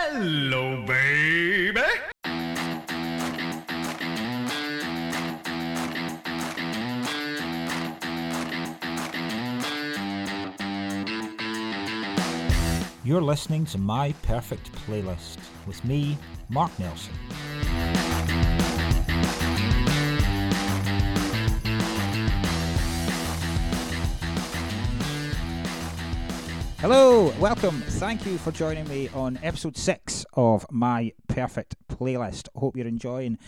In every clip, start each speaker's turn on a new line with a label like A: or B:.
A: Hello, baby.
B: You're listening to My Perfect Playlist with me, Mark Nelson. Hello, welcome. Thank you for joining me on episode six of My Perfect Playlist. Hope you're enjoying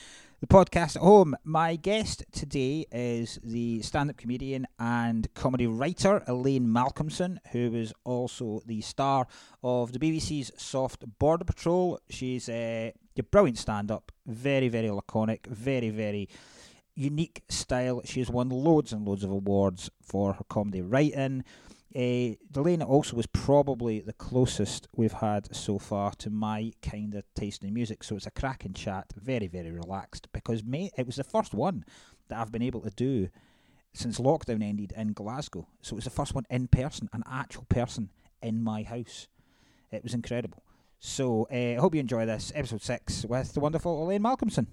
B: the podcast at home. My guest today is the stand up comedian and comedy writer Elaine Malcolmson, who is also the star of the BBC's Soft Border Patrol. She's uh, a brilliant stand up, very, very laconic, very, very unique style. She has won loads and loads of awards for her comedy writing. Uh, Delana also was probably the closest we've had so far to my kind of taste in music. So it's a cracking chat, very, very relaxed because mate, it was the first one that I've been able to do since lockdown ended in Glasgow. So it was the first one in person, an actual person in my house. It was incredible. So uh, I hope you enjoy this episode six with the wonderful Elaine Malcolmson.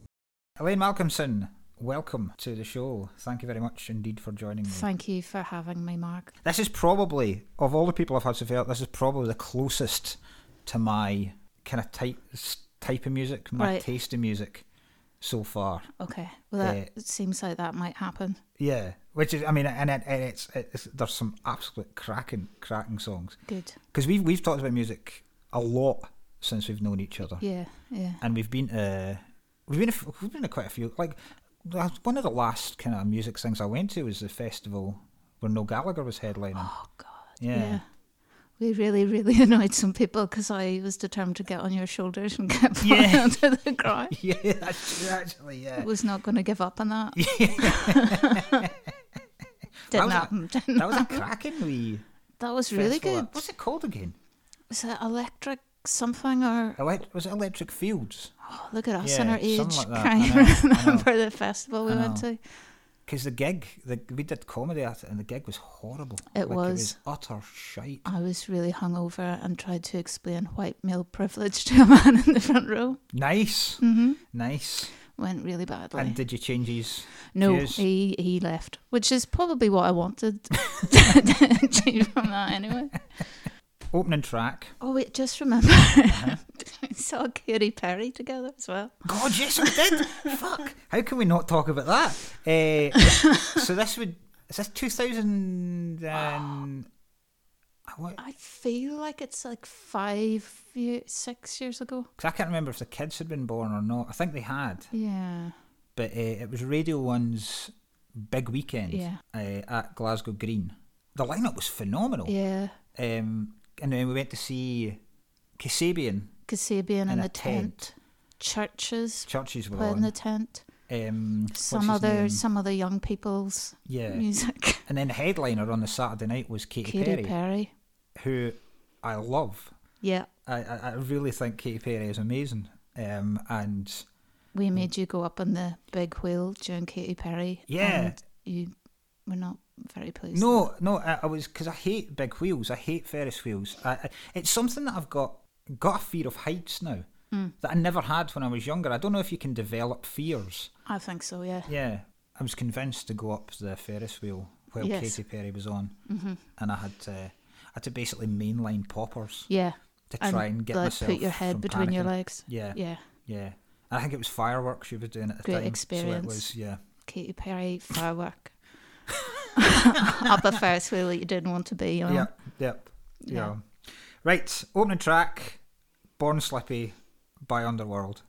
B: Elaine Malcolmson, welcome to the show. Thank you very much indeed for joining me.
C: Thank you for having me, Mark.
B: This is probably of all the people I've had to feel, this is probably the closest to my kind of type s- type of music, my
C: Right.
B: taste in music so far.
C: Okay, well that
B: Yeah.
C: it seems like that might happen.
B: Yeah, which is I mean, and, it, and it's, it's there's some absolute cracking cracking songs
C: Good.
B: because we've we've talked about music a lot since we've known each other,
C: Yeah, yeah.
B: and we've been uh we've been a f we've been to quite a few like that's one of the last kind of music things I went to was the festival where Noel Gallagher was headlining.
C: Oh God.
B: Yeah.
C: We really, really annoyed some people because I was determined to get on your shoulders and get falling
B: Yeah.
C: under the ground.
B: Yeah, that's- actually, yeah.
C: I was not going to give up on that.
B: That
C: didn't
B: was a-
C: happen. Didn't
B: That was a cracking wee.
C: that was really
B: festival.
C: good.
B: What's it called again?
C: Was it electric something or
B: Elect- was it Electric Fields?
C: oh, look at us
B: Yeah,
C: and our
B: something
C: age
B: like that. I
C: trying
B: know, I
C: to
B: know.
C: remember the festival we
B: I
C: went
B: know.
C: to?
B: Because the gig, the, we did comedy at it, and the gig was horrible.
C: It
B: Like, It was
C: was.
B: utter shite.
C: I was really hungover and tried to explain white male privilege to a man in the front row.
B: Nice, mm-hmm. nice.
C: Went really badly.
B: And did you change his?
C: No,
B: views?
C: he, he left, which is probably what I wanted to achieve from that anyway.
B: Opening track.
C: Oh, wait, just remember,
B: Uh-huh.
C: we saw Katy Perry together as well.
B: God, yes, I did. Fuck. How can we not talk about that? Uh, so this would is this two thousand and what?
C: I feel like it's like five, year, six years ago.
B: Because I can't remember if the kids had been born or not. I think they had.
C: Yeah.
B: but uh, it was Radio One's big weekend
C: Yeah.
B: uh, at Glasgow Green. The lineup was phenomenal.
C: Yeah.
B: Um, and then we went to see Kasabian.
C: Kasabian in
B: a
C: the
B: tent.
C: tent. Churches
B: Churches were
C: played in
B: on.
C: the tent.
B: um, what's his
C: Some other
B: name?
C: some other young people's
B: Yeah.
C: music.
B: And then the headliner on the Saturday night was Katy, Perry,
C: Katy Perry.
B: who I love.
C: Yeah.
B: I, I, I really think Katy Perry is amazing. Um, and
C: We
B: Hmm.
C: made you go up on the big wheel during Katy Perry.
B: Yeah.
C: And you were not very pleased.
B: No, no, I, I was because I hate big wheels. I hate Ferris wheels. I, I, it's something that I've got got a fear of heights now
C: Hmm.
B: that I never had when I was younger. I don't know if you can develop fears.
C: I think so, yeah.
B: Yeah, I was convinced to go up the Ferris wheel while
C: Yes.
B: Katy Perry was on, mm-hmm. and I had to I had to basically mainline poppers
C: Yeah.
B: to try and, get
C: like
B: myself
C: put your head
B: from
C: between your
B: panicking.
C: legs.
B: Yeah, yeah,
C: Yeah.
B: yeah. I think it was fireworks she was doing at the
C: Great
B: time. So it
C: experience.
B: was, yeah.
C: Katy Perry firework. Up a Ferris wheel that you didn't want to be on.
B: Yep, yep, yeah.
C: Yeah.
B: Right, opening track, Born Slippy by Underworld.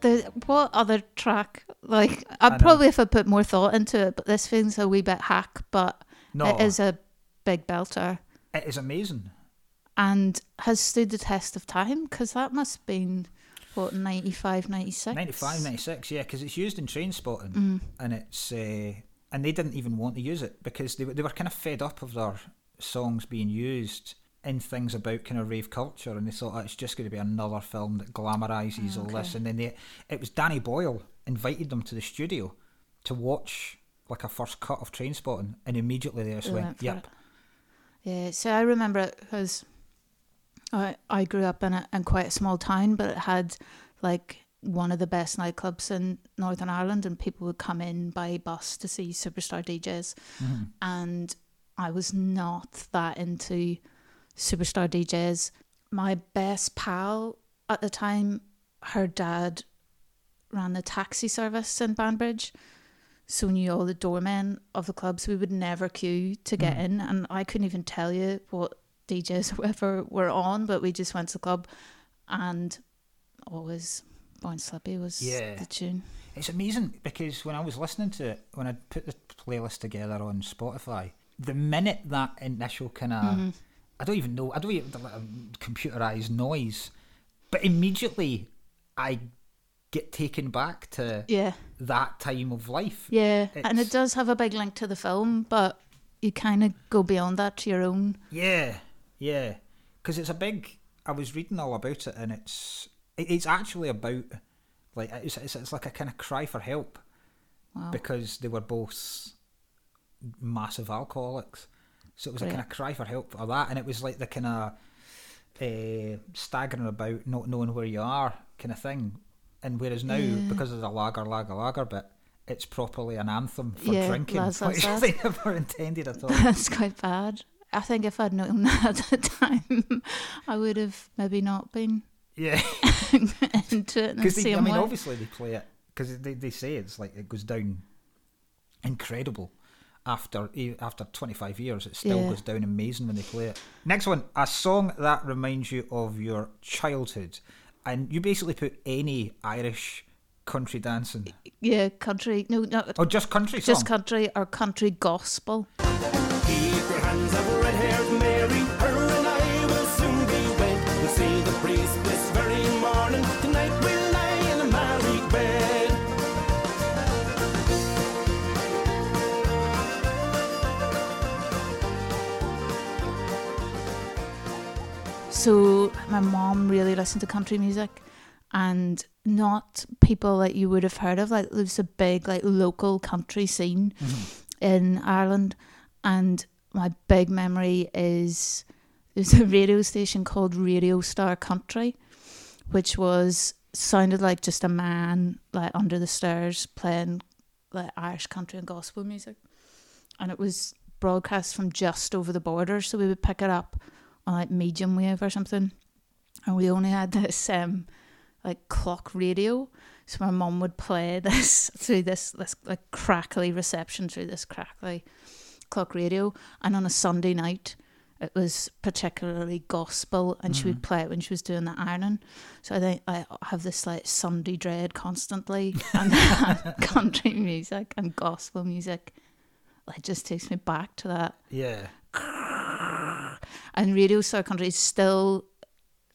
C: The, what other track? Like,
B: know.
C: I'd probably if I put more thought into it, but this feels a wee bit hack, but
B: No,
C: it is a big belter
B: it is amazing.
C: and has stood the test of time because that must have been, what, 95, 96? Mm-hmm.
B: 95, 96, yeah, because it's used in train spotting and it's uh, and they didn't even want to use it because they, were- they were kind of fed up of their songs being used in things about kind of rave culture, and they thought "Oh, it's just going to be another film that glamorizes all
C: Ah,
B: this. And then they, it was Danny Boyle invited them to the studio to watch like a first cut of Train Spotting, and immediately they just
C: They
B: went,
C: went for
B: "Yep,
C: it. Yeah, so I remember it because I I grew up in a in quite a small town, but it had like one of the best nightclubs in Northern Ireland, and people would come in by bus to see superstar DJs, and I was not that into superstar DJs. My best pal at the time, her dad ran a taxi service in Banbridge, so knew all the doormen of the clubs. We would never queue to get
B: Mm.
C: in, and I couldn't even tell you what DJs or whatever were on, but we just went to the club, and always Bound Slippy was
B: Yeah.
C: the tune.
B: It's amazing because when I was listening to it, when I put the playlist together on Spotify, the minute that initial kind of, I don't even know, I don't even like a computerized noise, but immediately I get taken back to
C: Yeah,
B: that time of life.
C: yeah, and
B: It's-
C: it does have a big link to the film, but you kind of go beyond that to your own.
B: Yeah, yeah, because it's a big. I was reading all about it, and it's it- it's actually about like it's it's, it's like a kind of cry for help because they were both massive alcoholics, so it was a kind of cry for help for that, and it was like the kind of uh, staggering about, not knowing where you are, kind of thing. And whereas now, because of the lager, lager, lager bit, it's properly an anthem for
C: Yeah,
B: drinking,
C: lads,
B: which
C: lads, lads.
B: they never intended at all.
C: That's quite bad. I think if I'd known that at the time, I would have maybe not been
B: Yeah.
C: into it in the
B: Because I
C: same
B: mean,
C: way.
B: obviously they play it because they, they say it's like it goes down incredible after e- after 25 years. It still
C: Yeah.
B: goes down amazing when they play it. Next one, a song that reminds you of your childhood, and you basically put any Irish country dancing
C: yeah, country. No, not
B: or just country song.
C: just country or country gospel.
D: Keep your hands up, red-haired Mary. Her and I will soon be wed. We'll see the priest this very morning. Tonight we'll lie in a married bed.
C: So my mom really listened to country music, and not people that you would have heard of. Like there's a big like local country scene in Ireland, and my big memory is there's a radio station called Radio Star Country, which was sounded like just a man like under the stairs playing like Irish country and gospel music, and it was broadcast from just over the border, so we would pick it up on like medium wave or something, and we only had this um like clock radio. So my mum would play this through this this like crackly reception through this crackly clock radio, and on a Sunday night. It was particularly gospel, and she would play it when she was doing the ironing. So I think I have this like Sunday dread constantly, and country music and gospel music. It just takes me back to that
B: yeah,
C: and Radio Star Country is still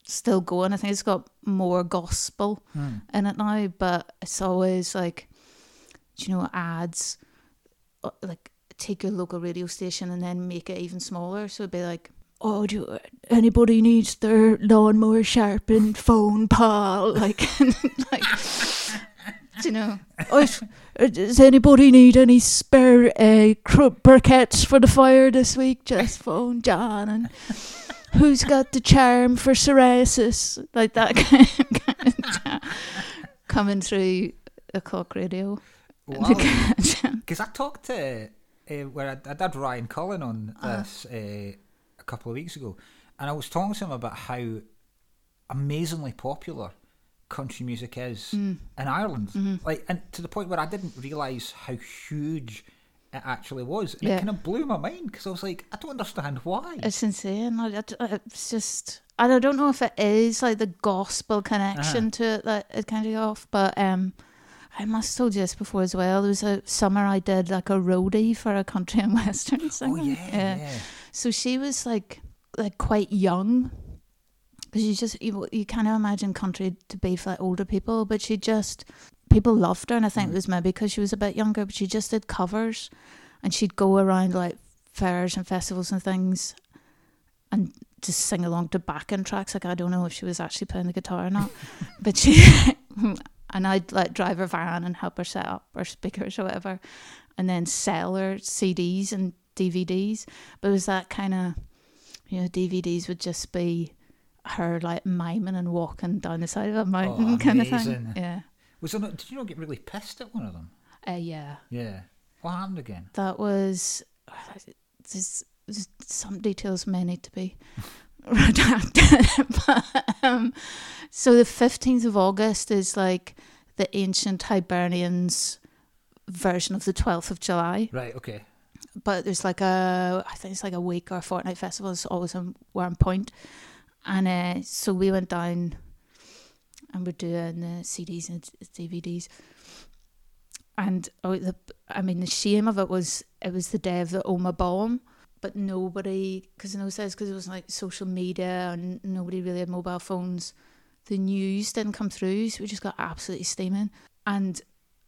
C: still going. I think it's got more gospel
B: Hmm.
C: in it now, but it's always like do you know ads uh, like take your local radio station and then make it even smaller. So it'd be like. Oh, do you- anybody needs their lawnmower sharpened phone, pal? Like, like, do you know? Oh, if- uh, does anybody need any spare uh, cru- briquettes for the fire this week? Just phone John and who's got the charm for psoriasis? Like that kind of, kind of jam coming through the clock radio.
B: wow. Because I talked to uh, where I, I did Ryan Cullen on
C: Uh-huh.
B: this uh, a couple of weeks ago, and I was talking to him about how amazingly popular country music is
C: Mm.
B: in Ireland,
C: Mm-hmm.
B: like, and to the point where I didn't realise how huge it actually was. And It
C: Yeah.
B: kind of blew my mind because I was like, I don't understand why.
C: It's insane. I, I- it's just and I don't know if it is like the gospel
B: Uh-huh.
C: connection to it that it kind of off, but um, I must have told you this before as well. There was a summer I did like a roadie for a country and western singer.
B: oh yeah, yeah,
C: So she was like like quite young because you just you, you kind of imagine country to be for like older people, but she just people loved her, and I think it was maybe because she was a bit younger, but she just did covers, and she'd go around like fairs and festivals and things, and just sing along to backing tracks. Like I don't know if she was actually playing the guitar or not, but she and I'd like drive her van and help her set up her speakers or whatever, and then sell her CDs and DVDs. But it was that kind of you know DVDs would just be her like miming and walking down the side of a mountain kind of
B: amazing.
C: thing. Yeah.
B: Was there not, did you not get really pissed at one of them?
C: Uh, yeah,
B: Yeah. What happened again?
C: that was. There's, there's some details may need to be redacted. but, um, so the 15th of August is like the ancient Hibernians version of the 12th of July.
B: Right, okay.
C: But there's like a, I think it's like a week or fortnight festival. It's always on one point. And uh, so we went down and we're doing the CDs and DVDs. And oh, the I mean, the shame of it was it was the day of the Oma bomb, but nobody, because in those days, because it was like social media and nobody really had mobile phones, the news didn't come through, so we just got absolutely steaming. And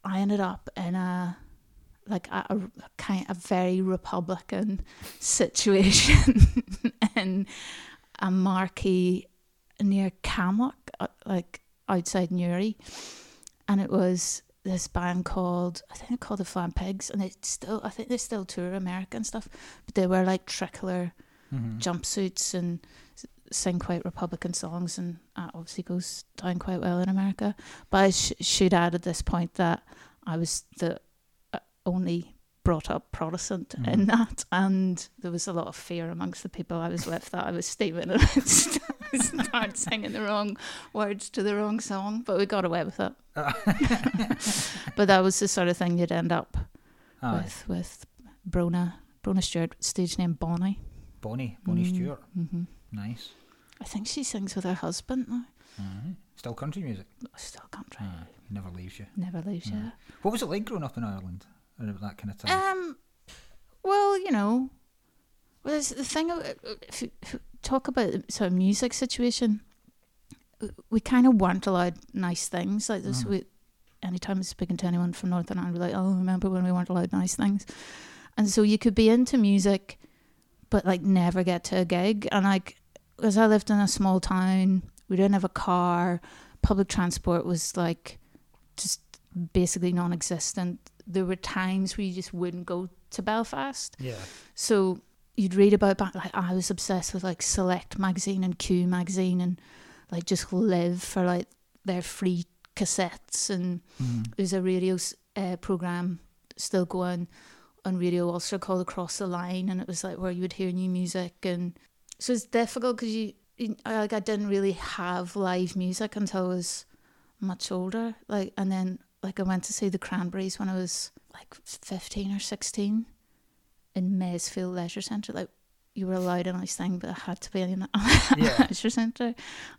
C: I ended up in a like a, a kind a very Republican situation in a marquee near Camlock, uh, like outside Newry, and it was this band called I think they're called the Flam Pigs, and it's still I think they still tour America and stuff, but they wear like trickler
B: Mm-hmm.
C: jumpsuits and s- sing quite Republican songs, and that obviously goes down quite well in America. But I sh- should add at this point that I was the uh, only brought up Protestant
B: Mm-hmm.
C: in that, and there was a lot of fear amongst the people I was with that I was steaming and st- started singing the wrong words to the wrong song, but we got away with it.
B: Ah,
C: but that was the sort of thing you'd end up
B: Aye.
C: with with Brona Brona Stewart, stage name Bonnie.
B: Bonnie, Bonnie Stewart.
C: Mm-hmm.
B: Nice.
C: I think she sings with her husband now.
B: Alright. Still country music.
C: Still country.
B: Aye. Never leaves you.
C: Never leaves you.
B: What was it like growing up in Ireland? And about that kind of time.
C: Um, well, you know, well, there's the thing. of- If you if you talk about the sort of music situation, we kind of weren't allowed nice things like this. We, anytime I was speaking to anyone from Northern Ireland, we're like, "Oh, remember when we weren't allowed nice things?" And so you could be into music, but like never get to a gig. And like, because I lived in a small town, we didn't have a car. Public transport was like just basically non-existent. There were times where you just wouldn't go to Belfast.
B: yeah.
C: So you'd read about back like I was obsessed with like Select magazine and Q magazine and like just live for like their free cassettes and
B: Mm-hmm.
C: there's a radio s- uh, program still going on Radio Ulster called Across the Line and it was like where you would hear new music and so it's difficult because you, you I- like I didn't really have live music until I was much older like and then like I went to see the Cranberries when I was like 15 or 16 in Maysfield Leisure Centre. Like you were allowed a nice thing, but it had to be in a
B: Yeah.
C: leisure centre.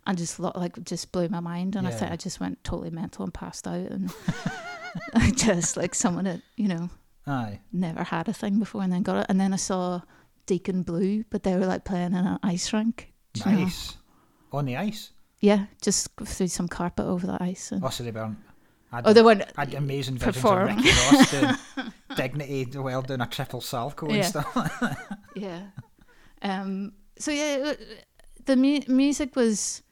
C: And just lo- like just blew my mind, and I
B: Yeah.
C: think I just went totally mental and passed out, and I just like someone that you know
B: Aye.
C: never had a thing before, and then got it. And then I saw Deacon Blue, but they were like playing in an ice rink. do you know?
B: Nice. On the ice.
C: Yeah, just threw some carpet over the ice. And,
B: Oh, so they weren't. I'd,
C: oh, they weren't.
B: I'd amazing visions
C: perform.
B: of Ricky Ross doing Dignity while doing a triple salco and
C: Yeah.
B: stuff.
C: yeah. Um. So yeah, it wa- the mu- music was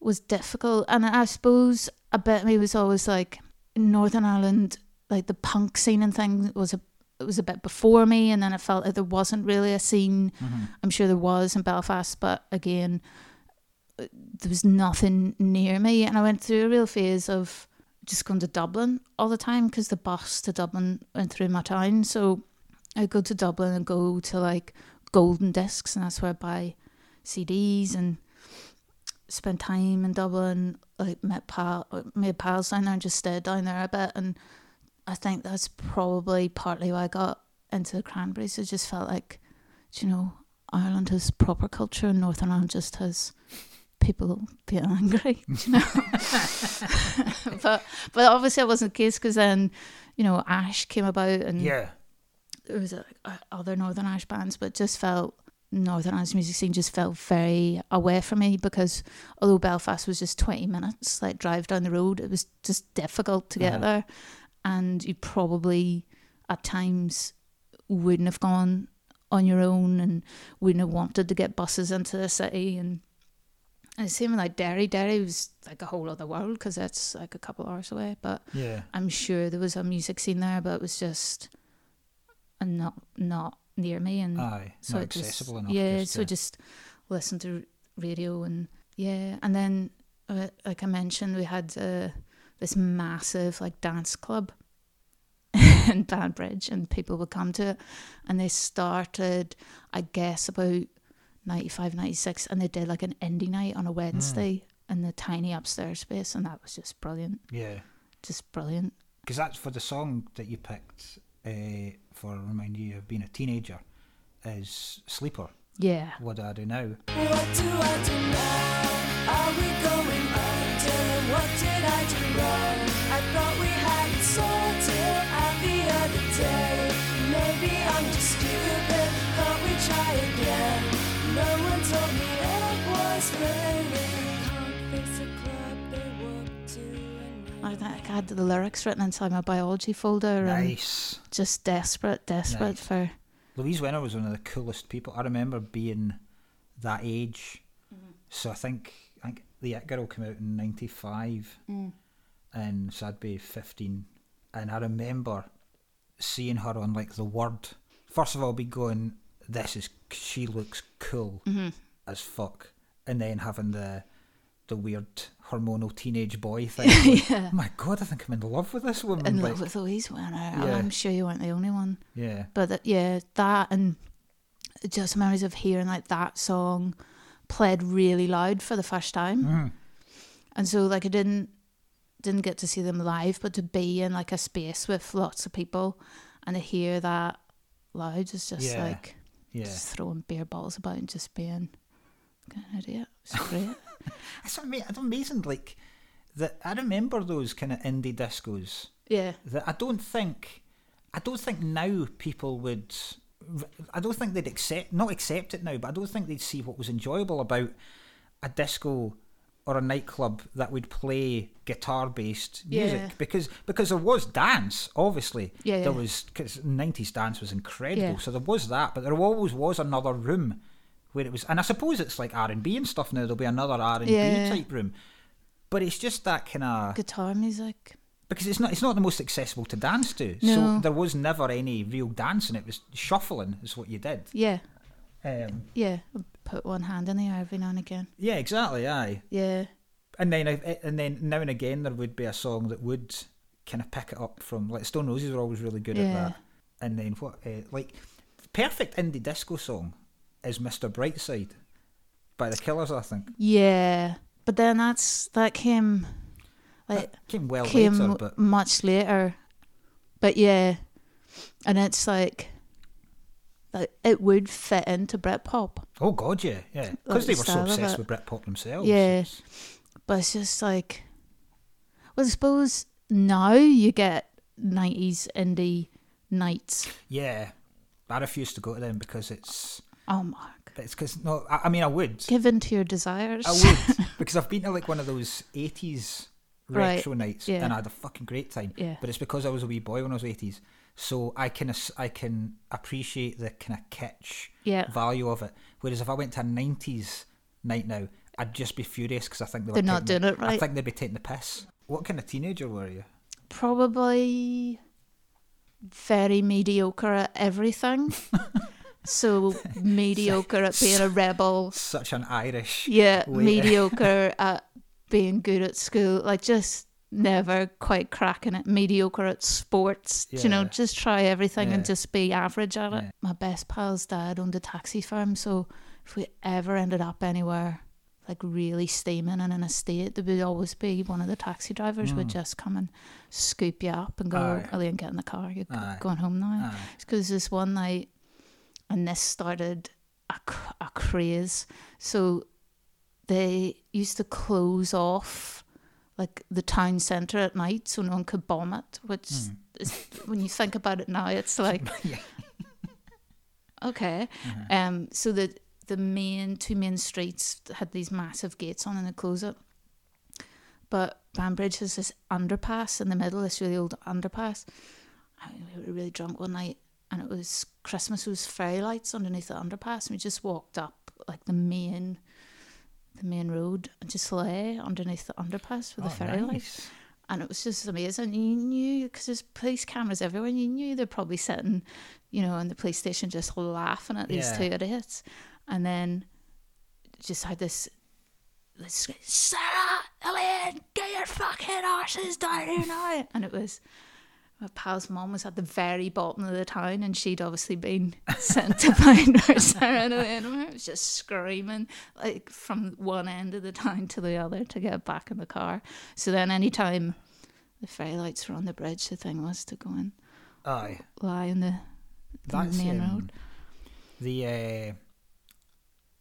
C: was difficult, and I suppose a bit of me was always like in Northern Ireland, like the punk scene and things was a it was a bit before me, and then I felt like there wasn't really a scene.
B: Mm-hmm.
C: I'm sure there was in Belfast, but again, uh, there was nothing near me, and I went through a real phase of just going to Dublin all the time because the bus to Dublin went through my town, so I go to Dublin and go to like golden discs, and that's where I buy CDs and spend time in Dublin. Like met pal, made pals down there, and just stayed down there a bit. And I think that's probably partly why I got into the Cranberries. It just felt like, do you know, Ireland has proper culture, and Northern Ireland just has people being angry. Do you know? but but obviously it wasn't the case because then, you know, Ash came about and
B: yeah.
C: uh, there was uh, other Northern Irish bands, but it just felt Northern Irish music scene just felt very away from me because although Belfast was just 20 minutes, like drive down the road, it was just difficult to get
B: Uh-huh.
C: there. And you probably at times wouldn't have gone on your own and wouldn't have wanted to get buses into the city. And, and the same with like Derry. Derry was like a whole other world because that's like a couple hours away. But
B: Yeah.
C: I'm sure there was a music scene there, but it was just uh, not not near me, and
B: Aye.
C: Mm. so
B: Ah, not
C: it just-
B: accessible enough.
C: Yeah,
B: just
C: so
B: to-
C: just listen to radio and yeah, and then uh, like I mentioned, we had uh, this massive like dance club in Banbridge, and people would come to it, and they started, I guess, about 95, 96, and they did like an indie night
B: Hmm.
C: on a Wednesday in the tiny upstairs space, and that was just brilliant,
B: Yeah.
C: just brilliant.
B: Because that's for the song that you picked uh, for remind you of being a teenager is Sleeper.
C: Yeah.
B: What do I do now?
E: What do I do now? Are we going under? What did I do wrong? I thought we had it sorted out the other day. Maybe I'm just stupid. Can't we try again? No one told me it was raining. Can't fix a club they walk to and
C: I, think I had the lyrics written inside my biology folder and
B: Nice.
C: just desperate, desperate
B: Nice.
C: for.
B: Louise Wenner was one of the coolest people. I remember being that age.
C: Mm-hmm.
B: So I think I think the It Girl came out in '95,
C: Mm.
B: and so I'd be 15. And I remember seeing her on like the Word. First of all, be going, "This is she looks cool
C: Mm-hmm.
B: as fuck," and then having the the weird hormonal teenage boy thing. like, "Oh My God, I think I'm in love with this woman.
C: In
B: Mm, like,
C: love with Louise Werner.
B: Yeah.
C: I'm sure you weren't the only one.
B: yeah,
C: But that, yeah, that and just memories of hearing like that song played really loud for the first time.
B: Mm.
C: And so like I didn't didn't get to see them live, but to be in like a space with lots of people and to hear that loud is just
B: Yeah.
C: like
B: yeah.
C: just throwing beer bottles about and just being kind of idiot. It's great.
B: It's amazing. It's amazing. Like that, I remember those kind of indie discos.
C: yeah.
B: That I don't think, I don't think now people would. I don't think they'd accept, not accept it now, but I don't think they'd see what was enjoyable about a disco or a nightclub that would play guitar-based music
C: Yeah.
B: because because there was dance, obviously.
C: Yeah, yeah.
B: There was because '90s dance was incredible,
C: Yeah.
B: so there was that, but there always was another room where it was, and I suppose it's like R and B and stuff now. There'll be another R and B
C: Yeah.
B: type room, but it's just that kind of
C: guitar music.
B: because it's not it's not the most accessible to dance to. So
C: No.
B: there was never any real dancing. It was shuffling is what you did.
C: Yeah,
B: Um,
C: yeah. Put one hand in the air every now and again.
B: yeah, exactly. Aye,
C: Yeah,
B: and then I- and then now and again there would be a song that would kind of pick it up from like Stone Roses were always really good at
C: Yeah.
B: that. And then what uh, like perfect indie disco song is Mr. Brightside by the Killers, I think.
C: yeah. But then that's that came like
B: That came well
C: came
B: later, but
C: much later. But yeah, and it's like like it would fit into Britpop,
B: oh god, yeah, yeah, because
C: Like
B: they
C: the
B: were so
C: style of
B: obsessed
C: it.
B: with Britpop themselves.
C: Yeah.
B: it's-
C: but it's just like well, I suppose now you get nineties indie nights.
B: yeah. I refuse to go to them because it's
C: Oh, Mark,
B: It's because no, I, I mean I would,
C: give in to your desires.
B: I would because I've been to like one of those '80s
C: Right,
B: retro nights
C: yeah.
B: and I had a fucking great time.
C: Yeah.
B: But it's because I was a wee boy when I was '80s, so I can ass- I can appreciate the kind of kitsch
C: Yeah.
B: value of it. Whereas if I went to a '90s night now, I'd just be furious because I think they were
C: They're not
B: taking the-
C: doing it
B: I
C: right.
B: think they'd be taking the piss. What kind of teenager were you?
C: probably very mediocre at everything. so mediocre at being a rebel.
B: Such an Irish.
C: Yeah,
B: way-
C: mediocre at being good at school. Like just never quite cracking it. Mediocre at sports. Do You know,
B: Yeah.
C: just try everything
B: Yeah.
C: and just be average at it.
B: Yeah.
C: My best pal's dad owned a taxi firm, so if we ever ended up anywhere like really steaming and in a state, there would always be one of the taxi drivers would just come and scoop you up and go,
B: Hmm. Aye.
C: Ellie, and get in the car. You're go-
B: Aye.
C: going home now.
B: Aye.
C: Because this one night, and this started a, c- a craze. So they used to close off like the town centre at night so no one could bomb it, which is, when you think about it now, it's like Okay. Um, so the the main two main streets had these massive gates on and they close it. But Banbridge has this underpass in the middle, this really old underpass. I mean, we were really drunk one night and it was Christmas it was fairy lights underneath the underpass and we just walked up like the main the main road and just lay underneath the underpass with the fairy lights
B: Oh, nice.
C: and it was just amazing. You knew because there's police cameras everywhere, and you knew they're probably sitting, you know, in the police station just laughing at these
B: Yeah.
C: two idiots, and then just had this. this scream, Sarah, Elaine, get your fucking arses down here now! And it was my pal's mum was at the very bottom of the town, and she'd obviously been sent to find her Sarah and Elaine. and It was just screaming like from one end of the town to the other to get back in the car. So then, any time the fairy lights were on the bridge, the thing was to go and
B: Aye.
C: lie in the, the
B: That's
C: main
B: um,
C: road.
B: The uh,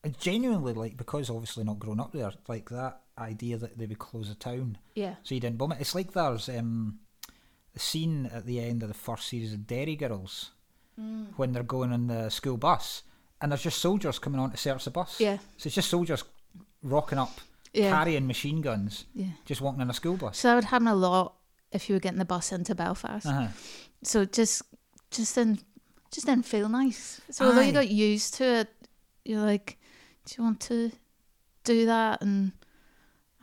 B: I genuinely like because obviously not grown up there like that idea that they would close the town
C: Yeah.
B: so you didn't bomb it. It's like there's um, a scene at the end of the first series of Dairy Girls
C: Mm.
B: when they're going on the school bus and there's just soldiers coming on to search the bus.
C: Yeah.
B: So it's just soldiers rocking up,
C: Yeah.
B: carrying machine guns,
C: Yeah.
B: just walking on a school bus.
C: So that would happen a lot if you were getting the bus into Belfast.
B: Uh-huh.
C: So it just, just didn't, just didn't feel nice. So although
B: Aye.
C: you got used to it, you're like, do you want to do that and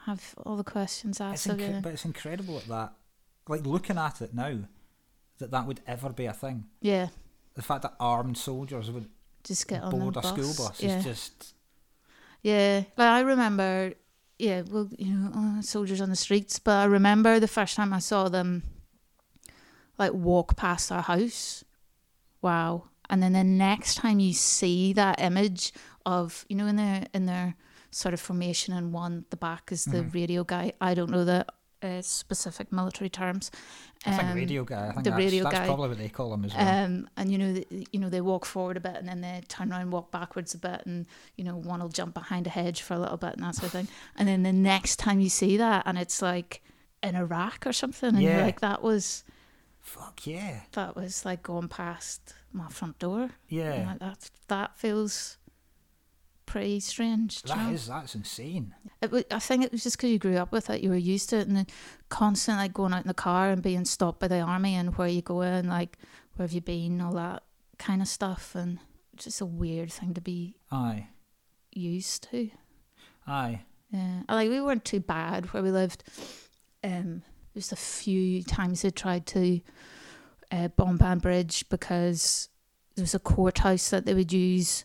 C: have all the questions
B: It's
C: asked of
B: inc-
C: you?
B: But it's incredible at that, like looking at it now, that that would ever be a thing.
C: Yeah.
B: The fact that armed soldiers would
C: Just get on the
B: board a
C: bus.
B: school bus
C: yeah.
B: is just
C: Yeah, like I remember, yeah, well, you know, uh, soldiers on the streets, but I remember the first time I saw them, like, walk past our house. Wow. And then the next time you see that image of, you know, in their, in their sort of formation and one at the back is the radio guy. I don't know the uh, specific military terms.
B: I think
C: Um,
B: radio guy. I think
C: the
B: that's,
C: radio
B: that's
C: guy.
B: probably what they call him as well.
C: um, and you know, th you know, they walk forward a bit, and then they turn around, walk backwards a bit, and you know, one will jump behind a hedge for a little bit, and that sort of thing. And then the next time you see that, and it's like in Iraq or something, and
B: Yeah.
C: you're like, that was
B: Fuck yeah,
C: that was like going past my front door. And
B: yeah.
C: like, that that feels pretty strange. do you
B: That
C: know?
B: is that's insane.
C: It wa I think it was just because you grew up with it, you were used to it, and then constant like going out in the car and being stopped by the army and where you going, like where have you been, all that kind of stuff, and it's just a weird thing to be
B: Aye,
C: used to.
B: aye.
C: Yeah, And, like we weren't too bad where we lived. Um, just a few times they tried to uh, bomb Banbridge because there was a courthouse that they would use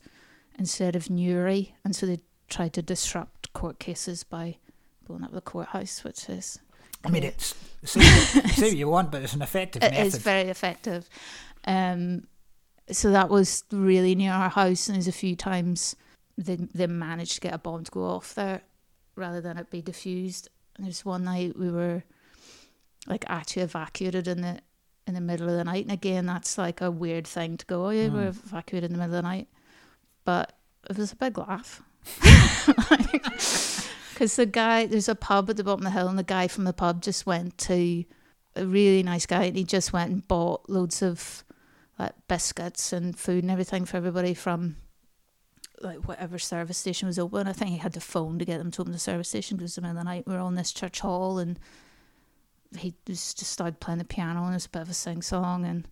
C: instead of Newry, and so they tried to disrupt court cases by blowing up the courthouse, which is
B: I mean, it's say, what- say what you want, but it's an effective
C: it
B: method.
C: is very effective. Um, so that was really near our house, and there's a few times they they managed to get a bomb to go off there rather than it be diffused. And there's one night we were like actually evacuated in the in the middle of the night, and again that's like a weird thing to go. Oh yeah, we're evacuated in the middle of the night, but it was a big laugh. Because the guy, there's a pub at the bottom of the hill, and the guy from the pub just went to a really nice guy and he just went and bought loads of like biscuits and food and everything for everybody from like whatever service station was open. I think he had to phone to get them to open the service station because the middle of the night we were on this church hall and he just just started playing the piano and it was a bit of a sing song and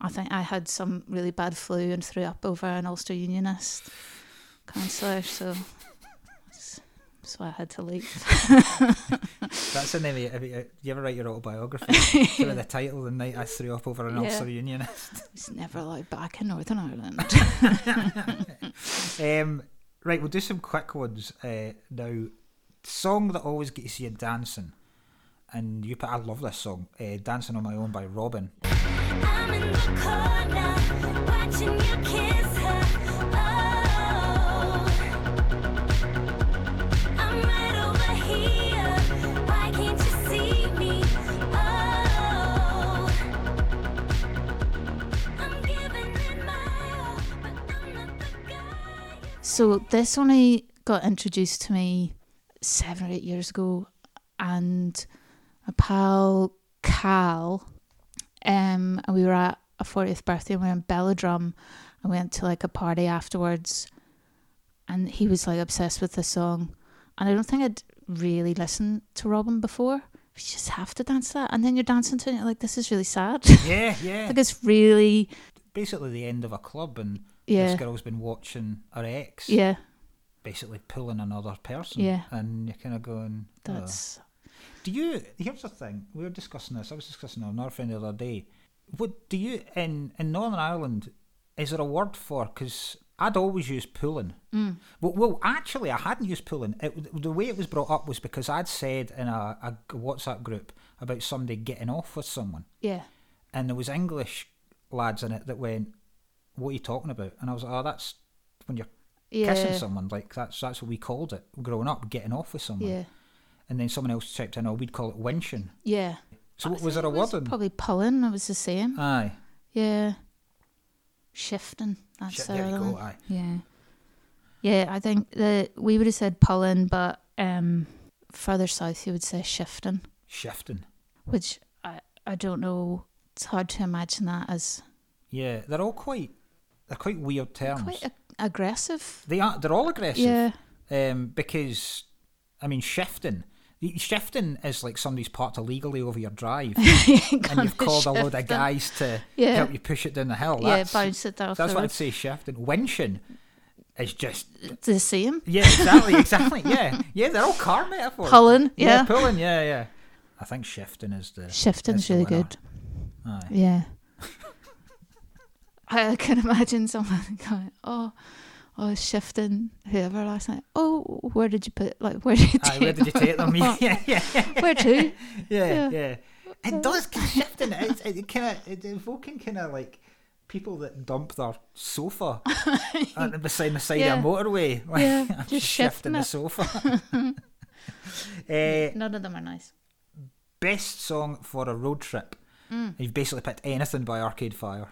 C: I think I had some really bad flu and threw up over an Ulster Unionist councillor, so that's that's why I had to leave.
B: That's the name. Of, your- have you, you ever write your autobiography? So with the title, the night I threw up over an
C: Yeah.
B: Ulster Unionist.
C: He's never allowed back in Northern Ireland.
B: Um, right, we'll do some quick ones uh, now. Song that always gets you dancing, and you put I love this song, uh, "Dancing on My Own" by Robin.
E: I'm in the corner, watching you kiss her. Oh, I'm right over here. Why can't you see me? Oh, I'm giving it my all, but I'm not the guy.
C: So this only got introduced to me seven or eight years ago, and my pal Cal, um, and we were at a 40th birthday and we were in Belladrum, I went to like a party afterwards, and he was like obsessed with this song, and I don't think I'd really listened to Robin before. You just have to dance to that, and then you're dancing to it. And you're like, this is really sad.
B: Yeah, yeah.
C: like it's really
B: Basically, the end of a club, and
C: yeah,
B: this girl's been watching her ex
C: yeah.
B: basically pulling another person.
C: Yeah.
B: And you're kind of going, "Oh."
C: That's
B: Do you? Here's the thing. We were discussing this. I was discussing with another friend the other day. What do you in in Northern Ireland? Is there a word for? Because I'd always used pulling. Mm. But well, actually, I hadn't used pulling. It, the way it was brought up was because I'd said in a, a WhatsApp group about somebody getting off with someone,
C: yeah,
B: and there was English lads in it that went, "What are you talking about?" And I was like, "Oh, that's when you're."
C: yeah,
B: Kissing someone like that's that's what we called it growing up, getting off with someone,
C: yeah,
B: and then someone else checked in. Oh, we'd call it winching.
C: yeah.
B: So
C: I
B: what was
C: think
B: there a
C: it was
B: word in?
C: Probably pulling. It was the same.
B: Aye.
C: Yeah, shifting. That's uh,
B: Shit,
C: the
B: there you
C: other
B: go. Uh,
C: one.
B: Aye.
C: Yeah. Yeah, I think that we would have said pollen, but um, further south you would say shifting,
B: Shifting.
C: which I, I don't know. It's hard to imagine that as
B: Yeah, they're all quite they're quite weird terms.
C: quite ag- aggressive.
B: they are. They're all aggressive.
C: Yeah,
B: Um, because I mean, shifting. y- Shifting is like somebodydy's parked illegally over your drive, and
C: Kinda
B: you've called a load of
C: shifting.
B: guys to
C: Yeah.
B: help you push it down the hill.
C: Yeah,
B: That's,
C: bounce it off
B: That's
C: the
B: what I'd
C: roof.
B: say. Shifting, winching, is just
C: It's the same.
B: yeah, exactly, exactly. Yeah, yeah. They're all car metaphors.
C: Pulling, yeah.
B: pulling. Yeah, yeah. I think shifting is the is
C: Shifting's
B: the
C: really
B: winner.
C: good.
B: Aye.
C: Yeah. I can imagine someone going, "Oh, I was shifting whoever last night. Oh, where did you put? Like, where did you?
B: Aye, where did you take them? Yeah, yeah, yeah.
C: Where to?
B: yeah,
C: Yeah.
B: yeah. It does kind of shift in it. It's, it kind of it's evoking kind of like people that dump their sofa at the beside the side
C: Yeah.
B: of a motorway. Like,
C: Yeah,
B: I'm
C: just
B: shifting
C: shifting
B: the
C: it.
B: sofa. Eh,
C: None of them are nice.
B: best song for a road trip.
C: Mm.
B: You've basically picked anything by Arcade Fire.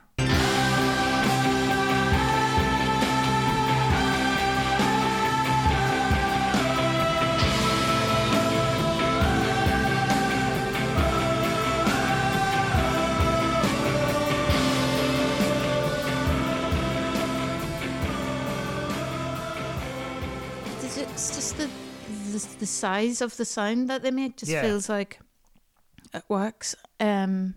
C: It's ju- it's just the, the the size of the sound that they make just
B: Yeah.
C: feels like it works. Um,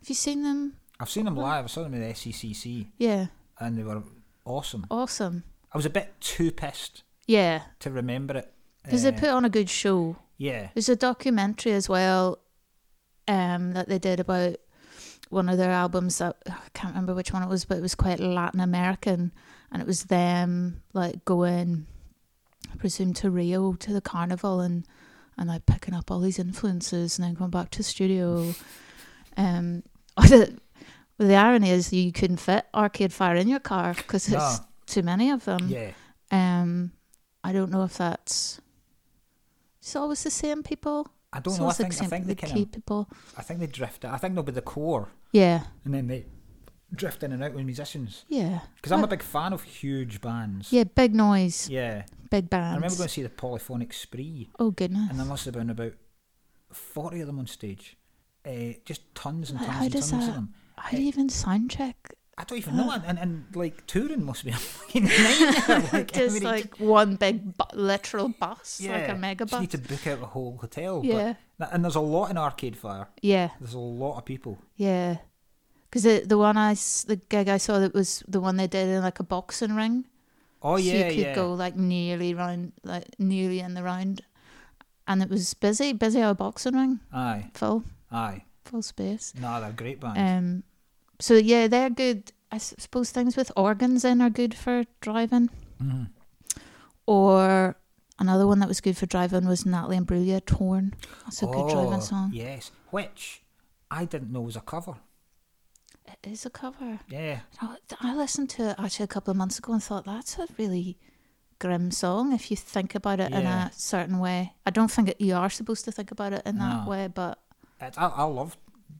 C: have you seen them?
B: I've seen
C: Mm.
B: them live. I saw them at the SECC,
C: Yeah,
B: and they were awesome.
C: awesome.
B: I was a bit too pissed
C: Yeah,
B: to remember it.
C: because
B: Eh,
C: they put on a good show.
B: yeah,
C: There's a documentary as well um, that they did about one of their albums that I can't remember which one it was, but it was quite Latin American, and it was them like going, I presume, to Rio to the carnival and and like picking up all these influences and then going back to the studio. Um, the, the irony is you couldn't fit Arcade Fire in your car because it's
B: No.
C: too many of them.
B: yeah.
C: Um, I don't know if that's. It's always the same people.
B: I don't
C: it's
B: know. I
C: always the
B: think I
C: same-
B: think they
C: the
B: kind
C: key
B: of
C: people.
B: I think they drift. I think they'll be the core,
C: Yeah,
B: and then they drift in and out with musicians.
C: yeah.
B: Because I'm a
C: Well,
B: big fan of huge bands.
C: Yeah, big noise,
B: Yeah.
C: big bands.
B: I remember going to see the Polyphonic Spree,
C: oh
B: and
C: goodness!
B: there must have been about forty of them on stage. Uh, just tons and
C: Like,
B: tons
C: how
B: and
C: does
B: tons of
C: that-
B: them.
C: How do you even sound check?
B: I don't even know. And, and, and like touring must be a fucking nightmare. like, I
C: Just
B: mean, it
C: like one big bu- literal bus,
B: just-
C: like
B: yeah,
C: a mega
B: Just
C: bus.
B: need to book out a whole hotel.
C: Yeah.
B: But, and there's a lot in Arcade Fire.
C: yeah,
B: There's a lot of people.
C: yeah. Because the the one I s- the gig I saw that was the one they did in like a boxing ring.
B: Oh
C: so
B: yeah,
C: you could
B: yeah.
C: go like nearly round, like nearly in the round, and it was busy, busy our boxing ring,
B: Aye,
C: full,
B: aye.
C: full space.
B: No, they're great bands.
C: Um, so yeah, they're good. I s- suppose things with organs in are good for driving.
B: Mm-hmm.
C: Or another one that was good for driving was Natalie and Brulia Torn. That's a good driving song.
B: Oh, Yes, which I didn't know was a cover.
C: It is a cover.
B: Yeah,
C: I- I listened to it actually a couple of months ago and thought that's a really grim song if you think about it in
B: Yeah.
C: a certain way. I don't think it, you are supposed to think about it in that
B: No.
C: way, but
B: it, I, I love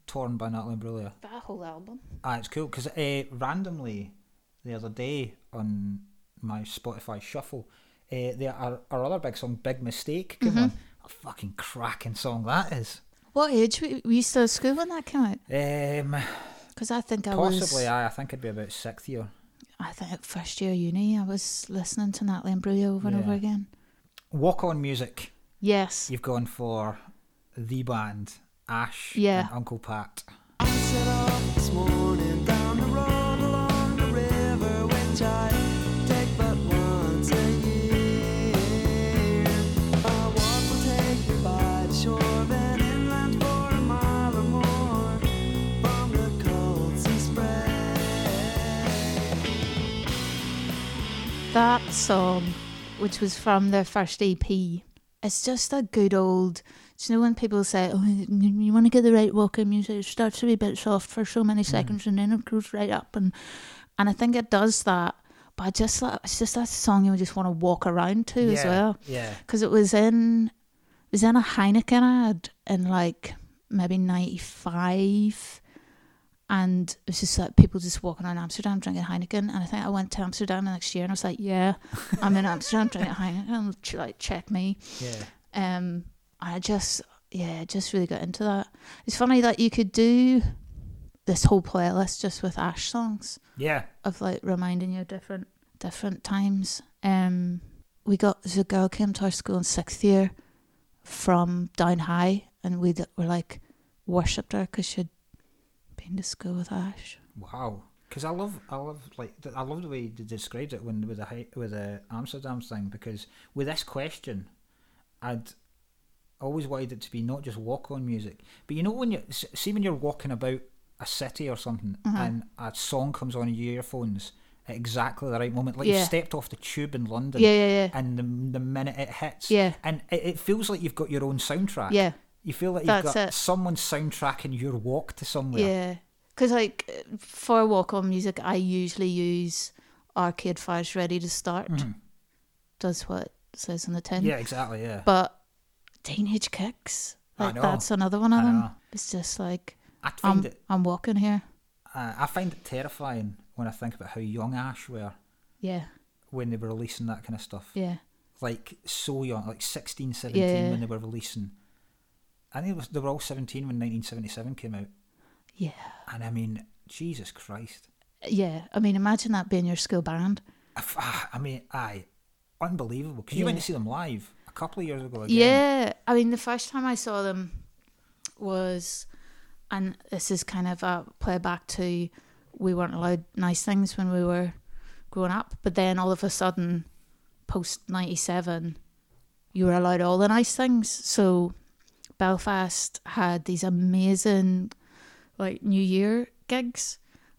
B: Torn by Natalie Imbruglia.
C: that whole album.
B: Ah, it's cool because uh, randomly the other day on my Spotify shuffle, uh, there our, our other big song, Big Mistake, came
C: Mm-hmm.
B: on. A fucking cracking song that is.
C: What age were you- were you still at school when that came out?
B: Um,
C: because I think I
B: Possibly,
C: was.
B: aye. I think it'd be about sixth year.
C: I think first year uni, I was listening to Natalie Imbruglia over and over
B: Yeah.
C: again.
B: Walk on music.
C: Yes.
B: You've gone for the band Ash
C: Yeah.
B: and Uncle Pat.
F: I set off this morning down the road along the river, which I take but once a year. My walk will take me by the shore, then inland for a mile or more from the cold sea spray.
C: That song, which was from their first EP, it's just a good old. Do you know when people say, "Oh, you- you want to get the right walking music? It starts to be a bit soft for so many seconds, and then it goes right up." And and I think it does that. But I just like it's just that song you just want to walk around to as well.
B: Yeah.
C: because it was in it was in a Heineken ad in like maybe '95, and it was just like people just walking around Amsterdam drinking Heineken. And I think I went to Amsterdam the next year, and I was like, "Yeah, I'm in Amsterdam drinking Heineken." Ch- Like, check me.
B: Yeah.
C: Um, I just yeah, just really got into that. It's funny that you could do this whole playlist just with Ash songs
B: Yeah.
C: of like reminding you of different different times. Um, we got there's a girl came to our school in sixth year from down high, and we d- were like worshipped her because she'd been to school with Ash.
B: Wow. Because I love, I love, like, th- I love the way you described it when with the hi- with the Amsterdam thing. Because with this question, I'd always wanted it to be not just walk on music, but you know when you s- see when you're walking about a city or something,
C: Mm-hmm.
B: and a song comes on in your earphones at exactly the right moment, like you
C: Yeah.
B: stepped off the tube in London,
C: Yeah, yeah, yeah.
B: and the, the minute it hits,
C: Yeah.
B: and it, it feels like you've got your own soundtrack,
C: Yeah.
B: You feel like you've
C: That's
B: got
C: it.
B: someone's soundtracking your walk to somewhere.
C: Yeah, because like for walk on music, I usually use Arcade Fire's Ready to Start. Does what it says on the tin.
B: Mm-hmm. Yeah, exactly. Yeah.
C: but Teenage Kicks.
B: I
C: Like
B: know.
C: that's another one of
B: I
C: them.
B: know.
C: It's just like
B: I
C: I'm
B: find it.
C: I'm walking here.
B: Uh, I find it terrifying when I think about how young Ash were
C: Yeah,
B: when they were releasing that kind of stuff.
C: yeah.
B: Like so young, like 16, 17
C: Yeah.
B: when they were releasing. I think it was, they were all 17 when 1977 came out.
C: Yeah.
B: And I mean, Jesus Christ.
C: Yeah. I mean, imagine that being your school band.
B: I, f- ah, I mean, aye, unbelievable. Because you went
C: Yeah.
B: to see them live a couple of years ago again.
C: Yeah. I mean, the first time I saw them was, and this is kind of a playback to we weren't allowed nice things when we were growing up, but then all of a sudden, post 97, you were allowed all the nice things. So Belfast had these amazing, like, New Year gigs.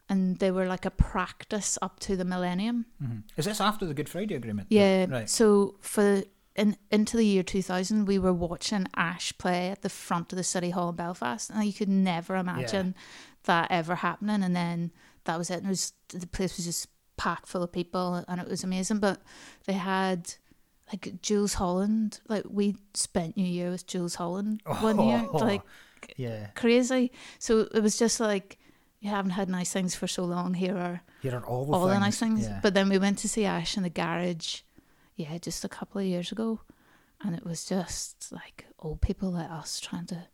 C: And they were like a practice up to the millennium.
B: Is this after the Good Friday Agreement?
C: Yeah.
B: Right.
C: So for in, into the year 2000, we were watching Ash play at the front of the City Hall in Belfast, and you could never imagine that ever happening. And then that was it. And it was the place was just packed full of people, and it was amazing. But they had like Jules Holland. Like we spent New Year with Jules Holland one year. Like
B: yeah.
C: crazy. So it was just like. You haven't had nice things for so long. Here are
B: Here are all the
C: all
B: things.
C: the nice things.
B: Yeah.
C: But then we went to see Ash in the garage, yeah, just a couple of years ago, and it was just like old people like us trying to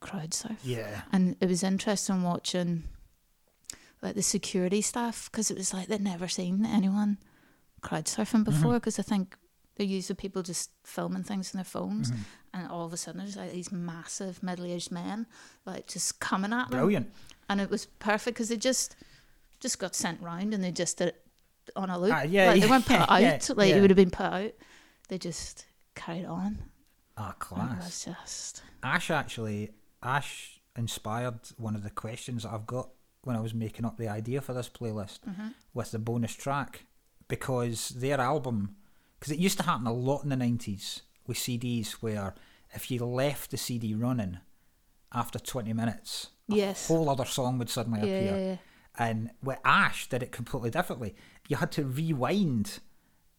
C: crowd surf.
B: yeah.
C: And it was interesting watching like the security staff because it was like they'd never seen anyone crowd
B: Mm-hmm.
C: surfing before because I think they're used to people just filming things on their phones.
B: Mm-hmm.
C: And all of a sudden, there's like these massive middle-aged men, like just coming at them
B: Brilliant.
C: and it was perfect because they just just got sent round and they just did it on a loop.
B: Ah, yeah,
C: like,
B: yeah,
C: they weren't put
B: yeah,
C: out. Like
B: yeah.
C: it would have been put out. They just carried on.
B: Ah,
C: And It
B: class.
C: was just
B: Ash actually, Ash inspired one of the questions that I've got when I was making up the idea for this playlist
C: Mm-hmm.
B: with the bonus track because their album, because it used to happen a lot in the 90s with CDs where if you left the CD running after 20 minutes, a
C: Yes.
B: whole other song would suddenly
C: Yeah,
B: appear.
C: yeah, yeah.
B: And with Ash, did it completely differently. You had to rewind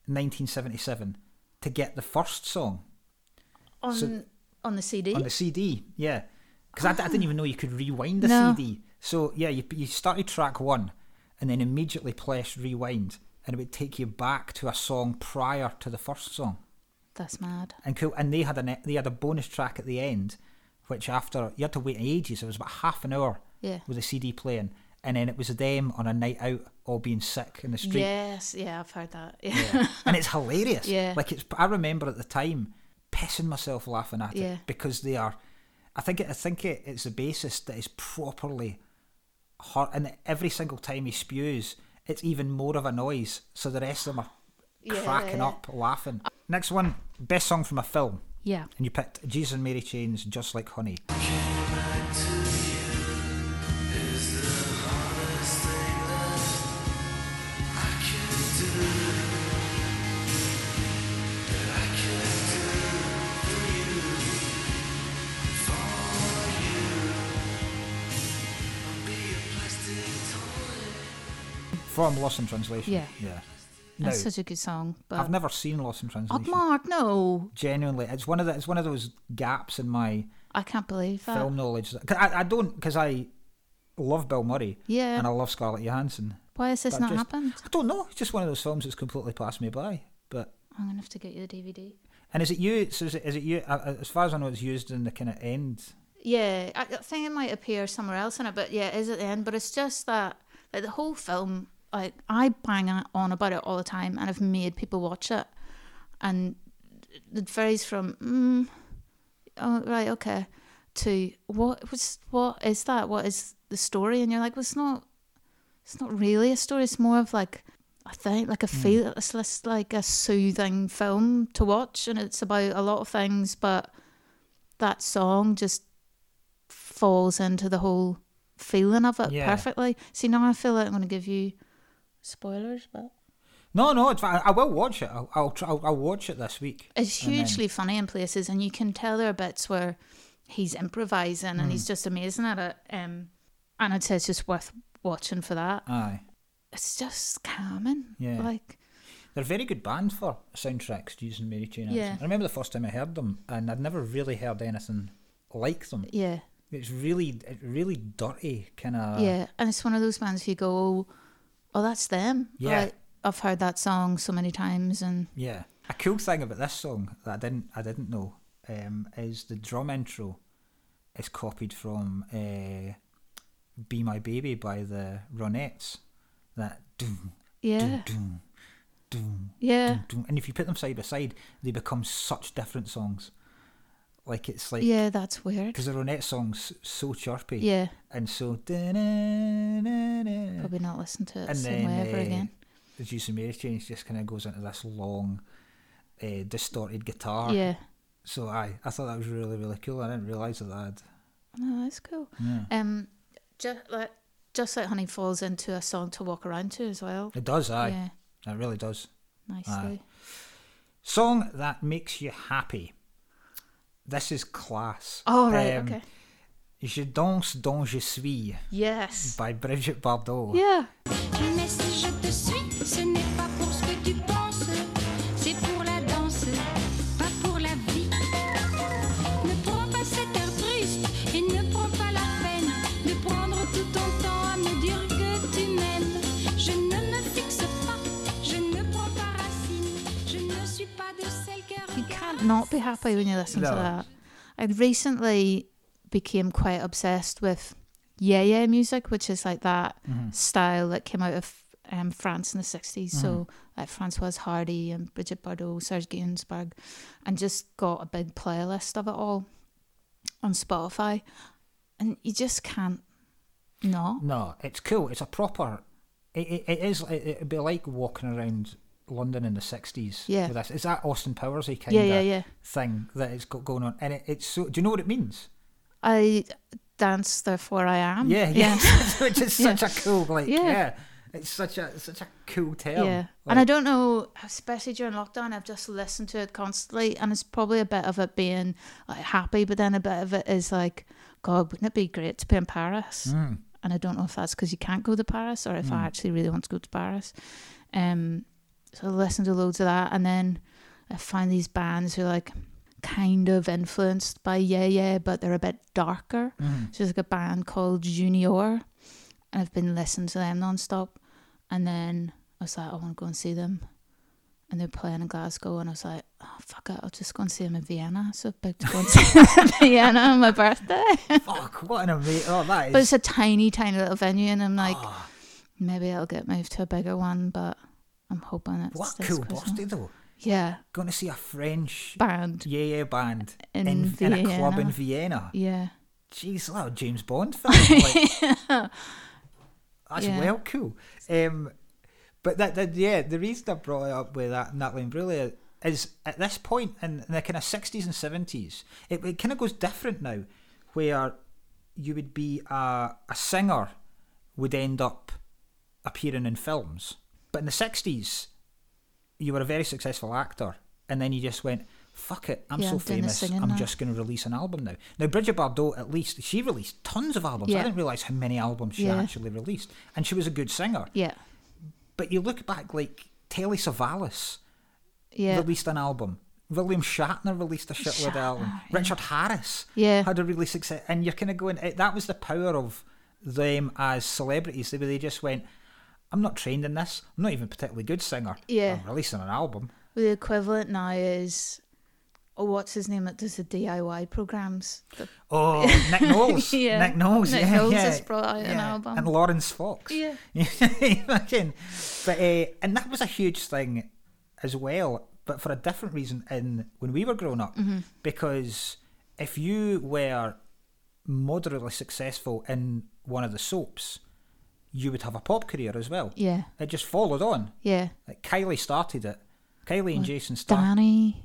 B: 1977 to get the first song
C: on on the CD.
B: on the CD. Yeah, because I, I didn't even know you could rewind the
C: No.
B: CD. So yeah, you you started track one, and then immediately pressed rewind, and it would take you back to a song prior to the first song.
C: That's mad.
B: And cool, and they had an e- they had a bonus track at the end, which after you had to wait ages. It was about half an hour
C: Yeah.
B: with a CD playing, and then it was them on a night out, all being sick in the street,
C: Yes, yeah, I've heard that. Yeah.
B: Yeah. and it's hilarious.
C: Yeah.
B: like it's. I remember at the time pissing myself laughing at
C: Yeah.
B: it because they are. I think it, I think it, it's the basis that is properly hurt, and every single time he spews, it's even more of a noise. So the rest of them are cracking
C: Yeah.
B: up, laughing. Next one, best song from a film,
C: Yeah.
B: and you picked Jesus and Mary Chains, just like honey. From Lost in Translation.
C: Yeah.
B: Yeah. No,
C: That's such a good song. But
B: I've never seen Lost in Translation.
C: Oh, Mark, no.
B: Genuinely, it's one of the, it's one of those gaps in my
C: I can't believe that.
B: film knowledge. That, cause I, I don't because I love Bill Murray.
C: Yeah.
B: And I love Scarlett Johansson.
C: Why has this
B: but
C: not
B: just-
C: happened?
B: I don't know. It's just one of those films that's completely passed me by. But
C: I'm gonna have to get you the DVD.
B: and is it you? So is it, is it you? uh, As far as I know, it's used in the kind of end.
C: Yeah, I, I think it might appear somewhere else in it, but yeah, it is at the end. But it's just that, like the whole film, like I bang a- on about it all the time, and I've made people watch it, and it varies from mm, oh right okay to what was what is that? What is the story? And you're like, well, it's not, it's not really a story. It's more of like I think like a feel. It's just like a soothing film to watch, and it's about a lot of things, but that song just falls into the whole feeling of it
B: Yeah.
C: perfectly. See, now I feel like I'm going to give you spoilers, but
B: No, no, it's fine. I will watch it. I'll I'll, try, I'll, I'll watch it this week.
C: it's
B: And then-
C: hugely funny in places, and you can tell there are bits where he's improvising and
B: Mm.
C: he's just amazing at it. Um, and I'd say it's just worth watching for that.
B: Aye,
C: It's just calming.
B: Yeah.
C: Like,
B: they're a very good band for soundtracks. Jesus and Mary Chain.
C: Yeah.
B: I remember the first time I heard them, and I'd never really heard anything like them.
C: yeah.
B: It's really, it really dirty kind of.
C: yeah. And it's one of those bands who you go, oh, that's them.
B: Yeah.
C: Like, I've heard that song so many times, and
B: Yeah. A cool thing about this song that I didn't I didn't know um, is the drum intro is copied from uh, "Be My Baby" by the Ronettes. That doom
C: yeah.
B: doom doom
C: Yeah.
B: doom doom, and if you put them side by side, they become such different songs. Like it's like
C: yeah, that's weird.
B: because the Ronette song's so chirpy,
C: Yeah,
B: and so. da-na-na-na.
C: probably not listen to it the
B: And
C: same way
B: then,
C: ever
B: uh,
C: again.
B: the Juicy Mary Chains just kind of goes into this long, uh, distorted guitar.
C: Yeah,
B: So I, I thought that was really, really cool. I didn't realise that that.
C: Oh, no, that's cool.
B: Yeah.
C: Um, just like just like Honey falls into a song to walk around to as well.
B: It does, aye.
C: Yeah,
B: It really does.
C: nicely.
B: Song that makes you happy. This is class.
C: Oh right,
B: Um,
C: okay.
B: Je danse dont je suis
C: Yes.
B: by Brigitte Bardot.
C: Yeah.
G: Mais si je te suis, ce n'est pas pour ce que tu penses, c'est pour la danse, pas pour la vie. Ne prends pas cet air triste et ne prends pas la peine de prendre tout ton temps à me dire que tu m'aimes. Je ne me fixe pas, je ne prends pas racine, je ne suis pas de celle qui
C: You can't not be happy when you listen
B: No.
C: to that. I recently became quite obsessed with yeah yeah music, which is like that
B: Mm-hmm.
C: style that came out of um, France in the 60s. So
B: Mm-hmm.
C: like Francoise Hardy and Brigitte Bardot, Serge Gainsbourg, and just got a big playlist of it all on Spotify. And you just can't not.
B: No, it's cool. It's a proper. It, it, it is. It, it'd be like walking around London in the sixties.
C: Yeah.
B: With this. It's that Austin Powersy kind
C: Yeah,
B: of
C: yeah, yeah.
B: thing that it's got going on, and it, it's so. Do you know what it means?
C: I dance, therefore I am.
B: Yeah, yeah. Which is such a cool, like, yeah.
C: Yeah.
B: It's such a such a cool
C: Yeah.
B: tale.
C: and I don't know, especially during lockdown, I've just listened to it constantly, and it's probably a bit of it being like happy, but then a bit of it is like, God, wouldn't it be great to be in Paris?
B: mm,
C: And I don't know if that's because you can't go to Paris or if I actually really want to go to Paris. Um, so I listened to loads of that, and then I find these bands who are like kind of influenced by Yeah Yeah, but they're a bit darker. So there's like a band called Junior, and I've been listening to them nonstop. And then I was like, I want to go and see them. and they're playing in Glasgow, and I was like, oh, fuck it, I'll just go and see them in Vienna. So I booked to go and see them in Vienna on my birthday.
B: Fuck, what an amazing. Oh, that is.
C: But it's a tiny, tiny little venue, and I'm like,
B: Ah.
C: maybe I'll get moved to a bigger one, but I'm hoping it's
B: what
C: this
B: cool
C: Christmas.
B: birthday, though.
C: Yeah,
B: Going to see a French
C: band.
B: yeah yeah band in,
C: In
B: in, a club in
C: Vienna.
B: Vienna.
C: Yeah,
B: Jeez, that a James Bond film. Like, that's
C: Yeah.
B: well cool. Um, but that, that, yeah, the reason I brought it up with that Natalie and Brulia is at this point in, in the kind of sixties and seventies, it, it kind of goes different now, where you would be a, a singer would end up appearing in films, but in the sixties, you were a very successful actor, and then you just went. Fuck it, I'm
C: Yeah,
B: so
C: I'm doing the
B: famous,
C: singing
B: I'm
C: now."
B: just going to release an album now. Now, Bridget Bardot, at least, she released tons of albums. I
C: Yeah.
B: didn't realise how many albums she
C: Yeah.
B: actually released. And she was a good singer.
C: yeah,
B: But you look back, like, Telly Savalas
C: yeah.
B: released an album. William Shatner released a shitload of album. Richard Harris
C: Yeah.
B: had a really success. And you're kind of going, eh, that was the power of them as celebrities. They, they just went, I'm not trained in this. I'm not even a particularly good singer.
C: Yeah.
B: I'm releasing an album.
C: The equivalent now is, oh, what's his name that does the DIY programs? The-
B: Oh, Nick Knowles.
C: Yeah.
B: Nick Knowles.
C: Nick
B: yeah,
C: Knowles
B: yeah.
C: has brought out an
B: yeah.
C: album.
B: And Lawrence Fox.
C: Yeah.
B: Imagine. But, uh, and that was a huge thing as well, but for a different reason in when we were growing up.
C: Mm-hmm.
B: Because if you were moderately successful in one of the soaps, you would have a pop career as well.
C: Yeah,
B: It just followed on.
C: yeah.
B: Like Kylie started it. Kylie and Jason started.
C: Danny.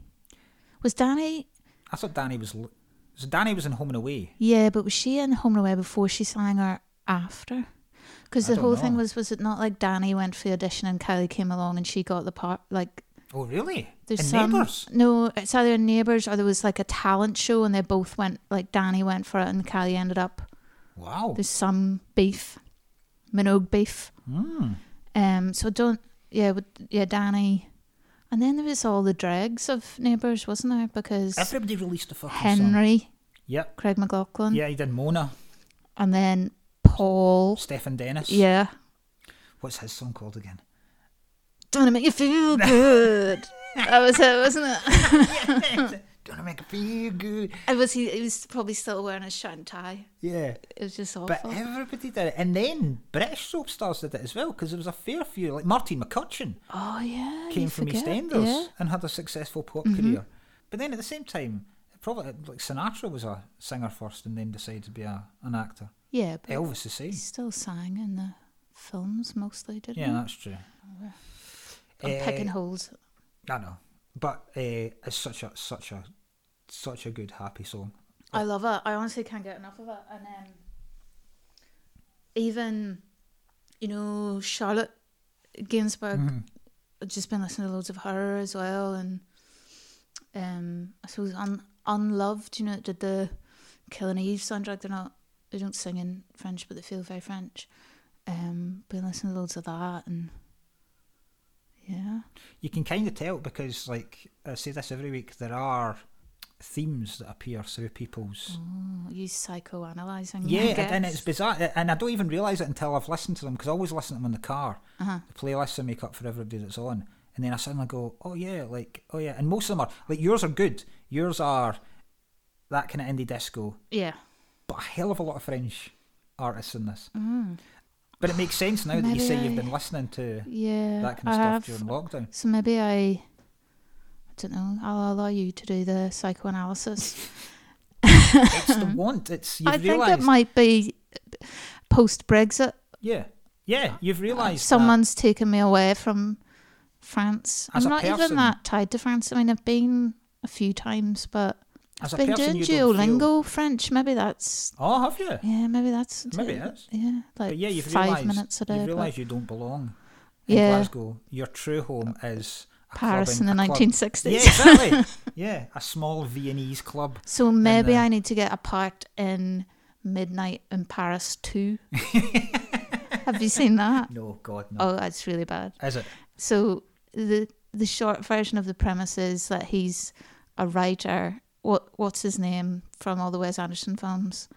C: Was Danny?
B: I thought Danny was. l- So Danny was in Home and Away.
C: Yeah, but was she in Home and Away before she sang or after? Because
B: I
C: the
B: don't
C: whole thing
B: know.
C: was, was it not like Danny went for the audition and Kylie came along and she got the part? Like,
B: Oh, really?
C: there's
B: in
C: some.
B: Neighbours.
C: No, it's either in Neighbours or there was like a talent show and they both went, like, Danny went for it and Kylie ended up.
B: Wow.
C: There's some beef, Minogue beef.
B: Hmm.
C: Um, so don't, yeah, with, yeah, Danny. And then there was all the dregs of Neighbours, wasn't there? Because
B: Everybody released a fucking song.
C: Henry,
B: Yep.
C: Craig McLaughlin,
B: Yeah, he did Mona.
C: and then Paul.
B: Stephen Dennis.
C: Yeah.
B: What's his song called again?
C: Don't it make you feel good? that was it, wasn't it?
B: Don't I make it feel good?
C: And was he? He was probably still wearing a shirt and tie.
B: Yeah.
C: It was just
B: But
C: awful.
B: everybody did it. And then British soap stars did it as well because there was a fair few. Like Martin McCutcheon
C: oh yeah,
B: came
C: you
B: from
C: forget,
B: EastEnders
C: Yeah. Mm-hmm.
B: and had a successful pop career. But then at the same time, probably like Sinatra was a singer first and then decided to be a, an actor.
C: yeah, but
B: Elvis the same.
C: he still sang in the films mostly, didn't
B: Yeah,
C: he?
B: that's true.
C: I'm
B: Eh,
C: picking holes.
B: I know, but uh, it's such a such a such a good happy song.
C: I love it. I honestly can't get enough of it. And um, even, you know, Charlotte Gainsbourg.
B: Mm-hmm.
C: I've just been listening to loads of her as well, and um, I suppose un- unloved. You know, did the Killing Eve soundtrack. They're not. They don't sing in French, but they feel very French. Um, been listening to loads of that, and yeah,
B: You can kind of tell because, like I say this every week, there are themes that appear through people's.
C: oh, you psychoanalyzing.
B: Yeah,
C: I
B: and, and
C: guess.
B: it's bizarre, a- and I don't even realise it until I've listened to them because I always listen to them in the car.
C: Uh-huh.
B: The playlists I make up for everybody that's on, and then I suddenly go, "Oh yeah, like oh yeah," and most of them are like yours are good. Yours are that kind of indie disco,
C: yeah.
B: but a hell of a lot of French artists in this. But it makes sense now that you
C: Mm. Maybe
B: say you've
C: I-
B: been listening to
C: Yeah,
B: that kind of
C: I
B: stuff
C: have.
B: during lockdown.
C: So maybe I, I don't know. I'll allow you to do the psychoanalysis.
B: It's the want. It's you've
C: I think
B: realised.
C: it might be post Brexit.
B: Yeah,
C: Uh,
B: yeah. You've realised
C: Someone's taken me away from France.
B: As a
C: I'm not
B: person-
C: even that tied to France. I mean, I've been a few times, but
B: that as a
C: I've been
B: person
C: doing
B: you don't feel-
C: Duolingo French. Maybe that's
B: Oh, have you?
C: yeah. Maybe that's
B: Maybe it is.
C: yeah. Like
B: But yeah, you've
C: five
B: realised.
C: minutes a day.
B: you've
C: but
B: realised you don't belong in
C: Yeah.
B: Glasgow. Your true home is a club
C: Paris in
B: a
C: the
B: club-
C: 1960s.
B: Yeah, exactly. yeah, a small Viennese club.
C: So maybe
B: the-
C: I need to get a part in Midnight in Paris 2. Have you seen that?
B: No, God, no.
C: Oh, that's really bad.
B: Is it?
C: So the the short version of the premise is that he's a writer. What what's his name from all the Wes Anderson films?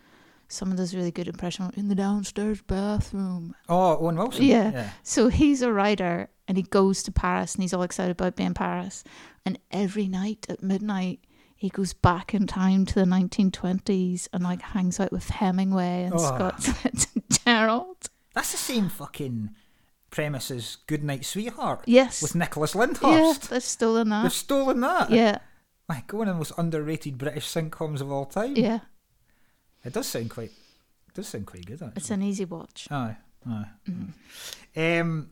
C: Someone does a really good impression in the downstairs bathroom.
B: Oh, Owen Wilson.
C: Yeah.
B: yeah.
C: So he's a writer and he goes to Paris and he's all excited about being Paris. And every night at midnight, he goes back in time to the 1920s and like hangs out with Hemingway and
B: Oh.
C: Scott Fitzgerald. Gerald.
B: That's the same fucking premise as Goodnight Sweetheart.
C: Yes.
B: With Nicholas Lyndhurst.
C: Yeah, they've stolen that.
B: They've stolen that.
C: yeah,
B: Like one of the most underrated British sitcoms of all time.
C: yeah.
B: It does sound quite it does sound quite good actually.
C: It's Mm-hmm. an easy watch.
B: Aye, aye. Um,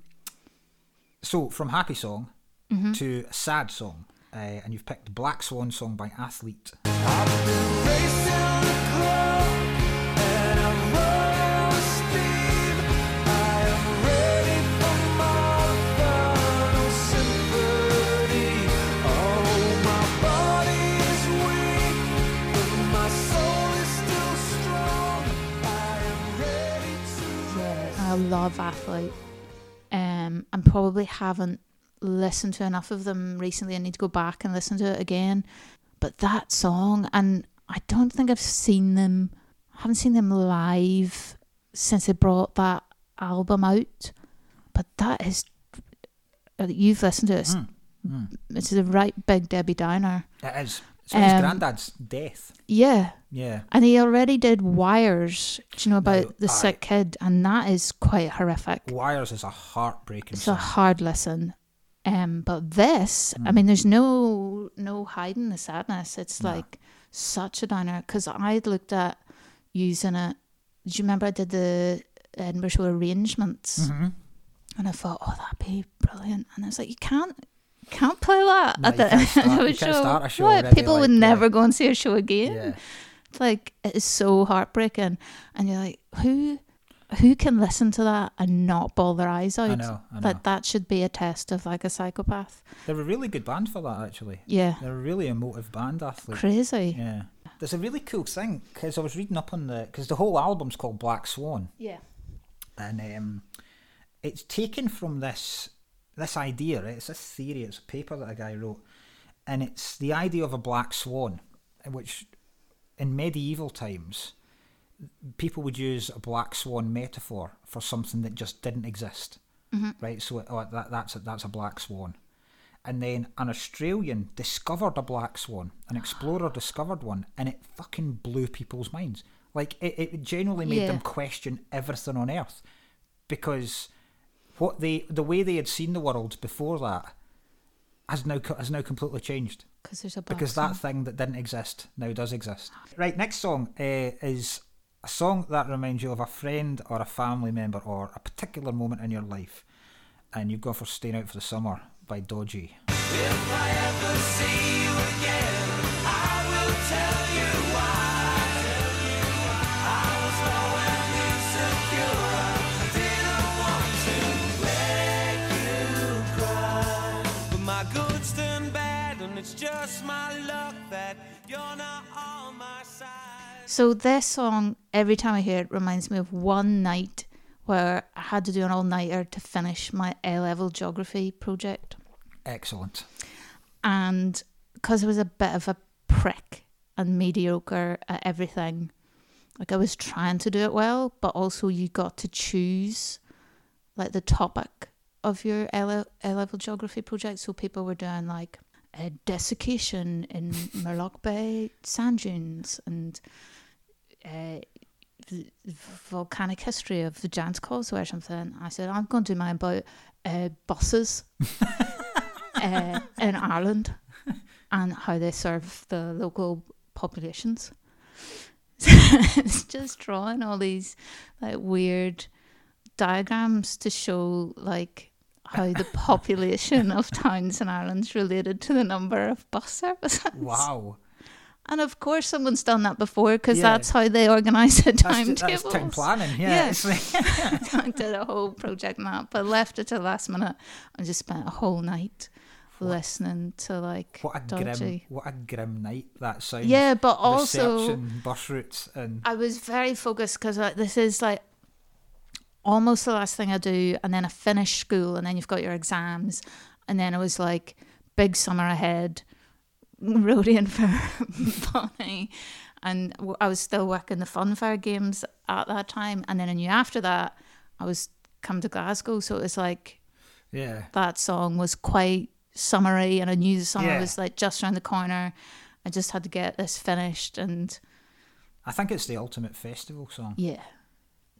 B: so from happy song
C: Mm-hmm.
B: to a sad song, uh, and you've picked Black Swan song by Athlete.
C: Mm. Yeah, I love Athlete. Um, and probably haven't listened to enough of them recently. I need to go back and listen to it again. But that song, and I don't think I've seen them. I haven't seen them live since they brought that album out. But that is, uh, you've listened to it. It's, it's a right big Debbie Downer.
B: Mm. It is. It's about his
C: Um,
B: granddad's death.
C: Yeah.
B: Yeah.
C: And he already did Wires, do you know, about
B: No,
C: the
B: I-
C: sick kid, and that is quite horrific.
B: Wires is a heartbreaking
C: It's a
B: song.
C: hard lesson. Um, but this,
B: Hmm.
C: I mean, there's no no hiding the sadness. It's like such a downer because I looked at using it. Do you remember I did the Edinburgh Show arrangements,
B: Mm-hmm.
C: and I thought, oh, that'd be brilliant. And I was like, you can't. Can't play that
B: No,
C: at
B: you
C: the
B: can't
C: end
B: start-
C: of
B: you
C: a
B: can't
C: show.
B: start a show
C: What?
B: already,
C: People would
B: like, yeah.
C: never go and see a show again.
B: Yeah.
C: It's like it is so heartbreaking, and you're like, who, who can listen to that and not bawl their eyes out?
B: know, I know.
C: That that should be a test of like a psychopath.
B: They're a really good band for that actually.
C: Yeah,
B: They're a really emotive band. Athlete.
C: crazy. Yeah.
B: Yeah. There's a really cool thing because I was reading up on the because the whole album's called Black Swan. and um, it's taken from this this idea. Right? It's a theory. It's a paper that a guy wrote, and it's the idea of a black swan, which in medieval times people would use a black swan metaphor for something that just didn't exist. Right. So oh, that that's a, that's a black swan. And then an Australian discovered a black swan. An explorer discovered one, and it fucking blew people's minds. Like it, it genuinely made them
C: Yeah.
B: question everything on earth because what they the way they had seen the world before that has now co- has now completely changed
C: Because there's a black
B: because that thing that didn't exist now does exist. Right, next song uh, is a song that reminds you of a friend or a family member or a particular moment in your life, and you've gone for "Staying Out for the Summer" by Dodgy.
D: My good's done bad, and it's just my luck that you're not on my side.
C: So this song, every time I hear it, reminds me of one night where I had to do an all nighter to finish my A level geography project.
B: Excellent.
C: and because I was a bit of a prick and mediocre at everything, like I was trying to do it well, but also you got to choose like the topic of your A le- A level geography project. So people were doing like a desiccation in Murloc Bay sand dunes and uh, v- volcanic history of the Giant's Causeway or something. I said, I'm going to do mine about uh, buses uh, in Ireland and how they serve the local populations. it's just drawing all these like weird diagrams to show like how the population of towns in Ireland's related to the number of bus services.
B: Wow,
C: And of course, someone's done that before because
B: Yeah.
C: that's how they organise a
B: that's,
C: timetable.
B: that's town planning. Yeah,
C: Yeah.
B: it's like-
C: I did a whole project map, but left it to the last minute and just spent a whole night listening to like
B: what a grim,
C: dodgy.
B: what a grim night that sounds.
C: Yeah, but also
B: Reception, bus routes, and
C: I was very focused because like, this is like almost the last thing I do, and then I finish school, and then you've got your exams, and then I was like big summer ahead, roading for Bonnie, and w- I was still working the funfair games at that time, and then I knew after that I was come to Glasgow, so it was like
B: Yeah.
C: that song was quite summery and I knew the summer
B: Yeah.
C: was like just around the corner. I just had to get this finished and
B: I think it's the ultimate festival song.
C: yeah.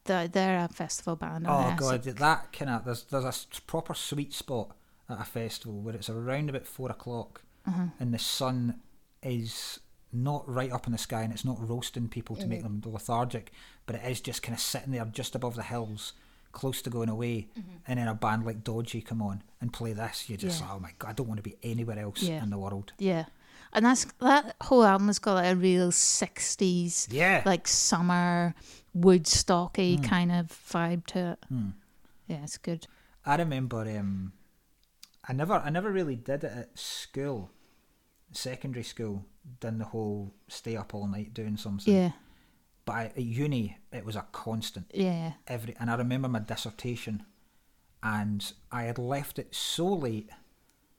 C: They're, they're a festival band. aren't
B: Oh
C: they? So-
B: god, that kind of there's there's a s- proper sweet spot at a festival where it's around about four o'clock
C: Mm-hmm.
B: and the sun is not right up in the sky and it's not roasting people to make
C: Mm-hmm.
B: them lethargic, but it is just kind of sitting there just above the hills, close to going away,
C: Mm-hmm.
B: and then a band like Dodgy come on and play this. You're just
C: Yeah.
B: like, oh my god, I don't want to be anywhere else
C: Yeah.
B: in the world.
C: Yeah. And that's that whole album has got like a real sixties
B: Yeah. Hmm.
C: like summer woodstocky kind of vibe to it. Yeah, it's good.
B: I remember um, I never I never really did it at school, secondary school, done the whole stay up all night doing something.
C: Yeah.
B: But I, at uni, it was a constant
C: Yeah.
B: every, and I remember my dissertation, and I had left it so late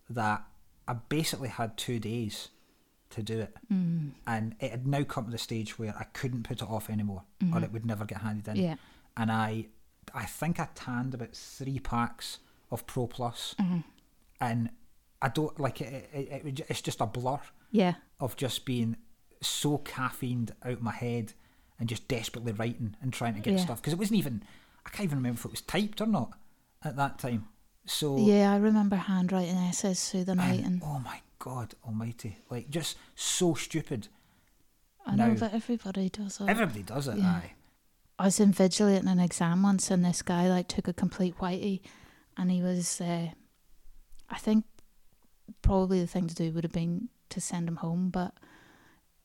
B: that I basically had two days to do it, mm. and it had now come to the stage where I couldn't put it off anymore, or it would never get handed in.
C: Yeah.
B: And I, I think I tanned about three packs of Pro Plus, and I don't like it, it, it, it. It's just a blur
C: Yeah.
B: of just being so caffeined out my head and just desperately writing and trying to get
C: Yeah.
B: stuff because it wasn't even I can't even remember if it was typed or not at that time. So
C: Yeah, I remember handwriting essays through the night
B: and,
C: and
B: oh my god, almighty! Like just so stupid.
C: I know
B: no.
C: that everybody does it.
B: Everybody does it. Aye.
C: I was invigilating an exam once, and this guy like took a complete whitey, and he was, uh, I think, probably the thing to do would have been to send him home, but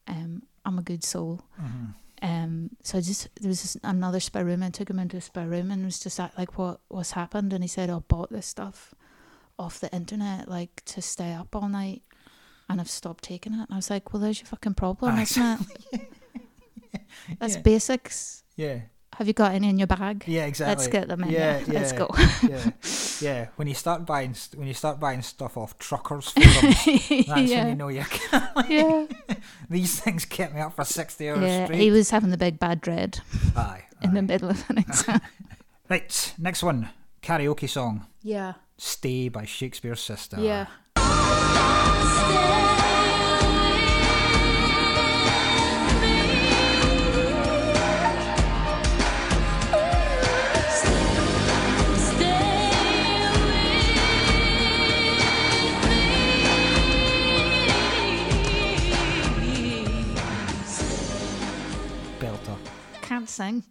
C: um, I'm a good soul.
B: Mm-hmm.
C: Um, so I just there was just another spare room. I took him into a spare room and was just at, like, "What what's happened?" And he said, "Oh, "I bought this stuff off the internet, like to stay up all night, and I've stopped taking it." And I was like, "Well, there's your fucking problem,
B: Aye.
C: isn't it? That's
B: Yeah.
C: basics."
B: Yeah.
C: Have you got any in your bag?
B: Yeah, exactly.
C: Let's get them in.
B: Yeah,
C: there. Let's
B: yeah.
C: go.
B: yeah, yeah. When you start buying, st- when you start buying stuff off truckers, forums, that's when
C: Yeah.
B: you know you.
C: yeah.
B: These things kept me up for sixty hours
C: Yeah.
B: straight.
C: He was having the big bad dread
B: aye,
C: in
B: aye.
C: the middle of an exam.
B: Right, next one, karaoke song.
C: yeah.
B: Stay by Shakespeare's Sister.
C: Yeah.
B: Belter.
C: Can't sing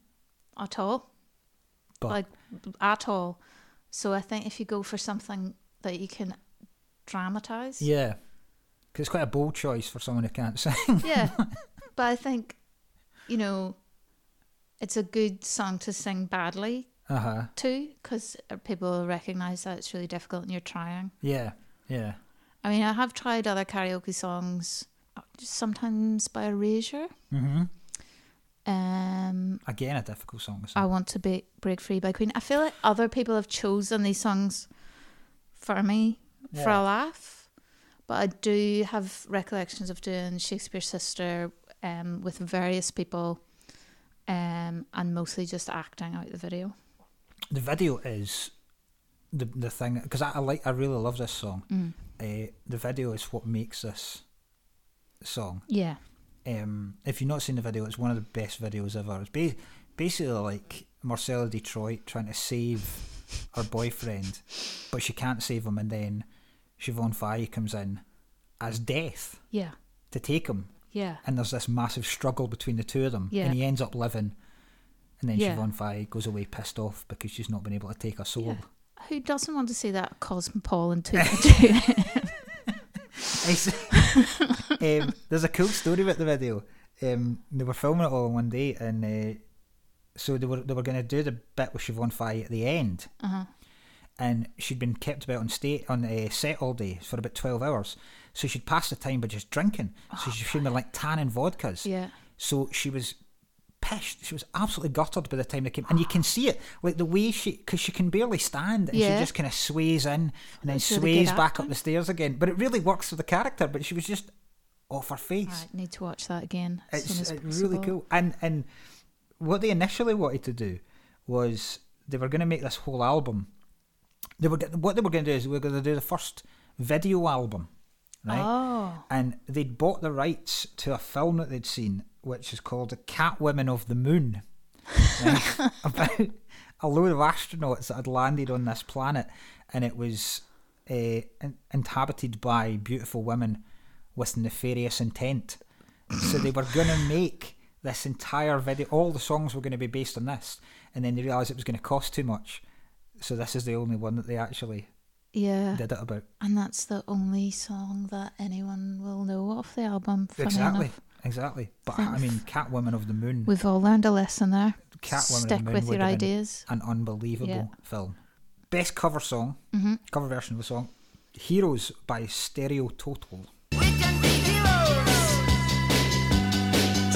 C: at all.
B: But
C: Like at all. So I think if you go for something that you can dramatize.
B: yeah, because it's quite a bold choice for someone who can't sing.
C: Yeah. but I think, you know, it's a good song to sing badly
B: Uh huh.
C: to because people recognize that it's really difficult and you're trying.
B: Yeah. Yeah.
C: I mean, I have tried other karaoke songs, uh, sometimes by Erasure.
B: Mm-hmm.
C: Um,
B: Again, a difficult song. to sing.
C: I want to be break free by Queen. I feel like other people have chosen these songs for me for
B: Yeah.
C: a laugh, but I do have recollections of doing Shakespeare's Sister um, with various people, um, and mostly just acting out the video.
B: the video is the the thing because I, I like I really love this song.
C: Mm.
B: Uh, the video is what makes this song.
C: Yeah,
B: Um, if you've not seen the video, it's one of the best videos ever. It's ba- basically like Marcella Detroit trying to save her boyfriend, but she can't save him, and then Siobhan Faye comes in as Death
C: yeah,
B: to take him,
C: yeah,
B: and there's this massive struggle between the two of them,
C: Yeah.
B: and he ends up living, and then
C: Yeah.
B: Siobhan Faye goes away pissed off because she's not been able to take her soul.
C: yeah. Who doesn't want to see that cosmopolitan too?
B: It's- um, there's a cool story about the video. Um, they were filming it all in one day, and uh, so they were they were going to do the bit with Siobhan Fye at the end,
C: Uh-huh.
B: and she'd been kept about on state on uh, set all day for about twelve hours. So she'd passed the time by just drinking. So she she'd been like tanning vodkas.
C: Oh, Yeah.
B: So she was pissed. She was absolutely gutted by the time they came, and you can see it like the way she because she can barely stand, and
C: Yeah.
B: she just kind of sways in and then
C: That's really good
B: sways back up
C: acting.
B: the stairs again. But it really works for the character. But she was just off her face.
C: Right, need to watch that again. as soon
B: It's
C: as
B: uh, really
C: possible.
B: cool. And and what they initially wanted to do was they were going to make this whole album They were get- what they were going to do is they were going to do the first video album, right?
C: Oh.
B: And they'd bought the rights to a film that they'd seen, which is called "The Cat Women of the Moon," right? about a load of astronauts that had landed on this planet, and it was uh, in- inhabited by beautiful women with nefarious intent. so they were going to make this entire video. All the songs were going to be based on this, and then they realised it was going to cost too much. So this is the only one that they actually
C: Yeah.
B: did it about.
C: And that's the only song that anyone will know off the album. funny
B: exactly,
C: enough.
B: exactly. But I mean, Catwoman of the Moon,
C: We've all learned a lesson there.
B: Catwoman of the
C: Stick
B: Moon
C: with
B: would
C: your
B: have been
C: ideas.
B: an unbelievable
C: Yeah. Mm-hmm.
B: film. Best cover song, cover version of the song, "Heroes" by Stereo Total.
E: We can be heroes,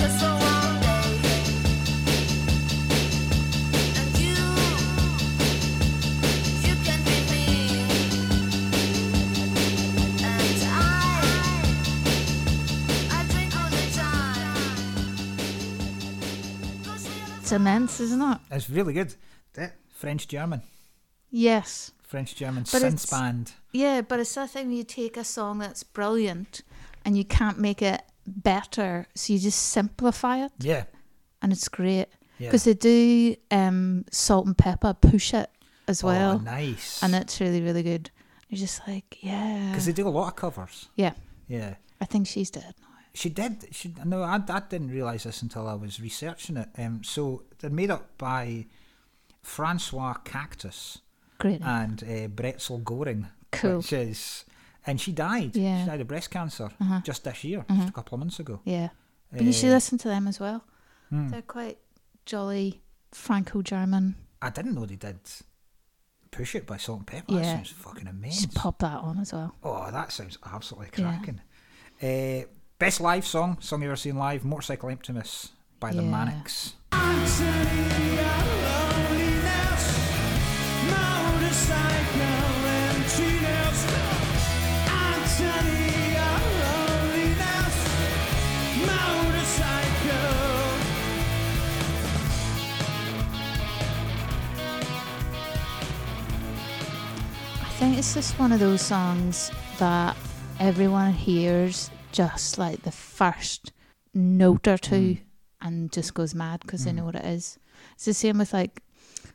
E: just for one day. And you, you can be me, and I, I drink all the time.
C: It's immense, isn't it?
B: It's really good. Eh, French German,
C: Yes.
B: French German
C: But
B: synth
C: it's-
B: band.
C: Yeah, but it's that thing where you take a song that's brilliant and you can't make it better, so you just simplify it,
B: Yeah,
C: and it's great.
B: Yeah.
C: Because they do um, salt and pepper push it as well,
B: oh, nice.
C: and it's really, really good. You're just like, yeah.
B: because they do a lot of covers.
C: Yeah,
B: Yeah,
C: I think she's dead now.
B: she did. She no, I, I didn't realize this until I was researching it. Um, so they're made up by Francois Cactus
C: Great. name.
B: and uh, Bretzel Goring,
C: Cool.
B: which is, and she died.
C: Yeah. Uh-huh.
B: she died of breast cancer just this year, just a couple of months ago.
C: yeah. Hmm. But you should
B: Uh,
C: listen to them as well. They're quite jolly Franco German.
B: I didn't know they did push it by salt and pepper. That
C: Yeah.
B: sounds fucking amazing.
C: Just pop that on as well.
B: Oh, that sounds absolutely
C: Yeah.
B: cracking. Uh, best live song, song you've ever seen live, Motorcycle Emptiness by the
C: Yeah.
B: Manics.
C: I think it's just one of those songs that everyone hears just like the first note or two and just goes mad because they know what it is. It's the same with like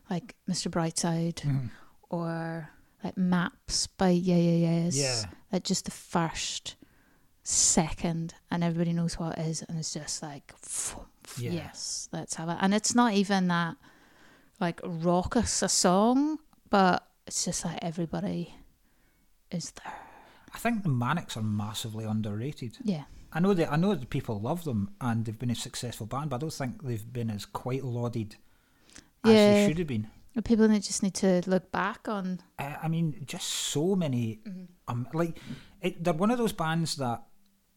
C: like Mr. Brightside
B: Mm-hmm.
C: or like Maps by Yeah Yeah Yeahs.
B: Yeah.
C: Like just the first second and everybody knows what it is and it's just like
B: Yeah.
C: yes, let's have it. And it's not even that like raucous a song, but it's just like everybody is there.
B: I think the Manics are massively underrated.
C: Yeah.
B: I know that I know that people love them and they've been a successful band, but I don't think they've been as quite lauded as they
C: Yeah.
B: should have been.
C: The people that just need to look back on
B: Uh, I, I mean, just so many.
C: Mm-hmm.
B: Um, like, it, they're one of those bands that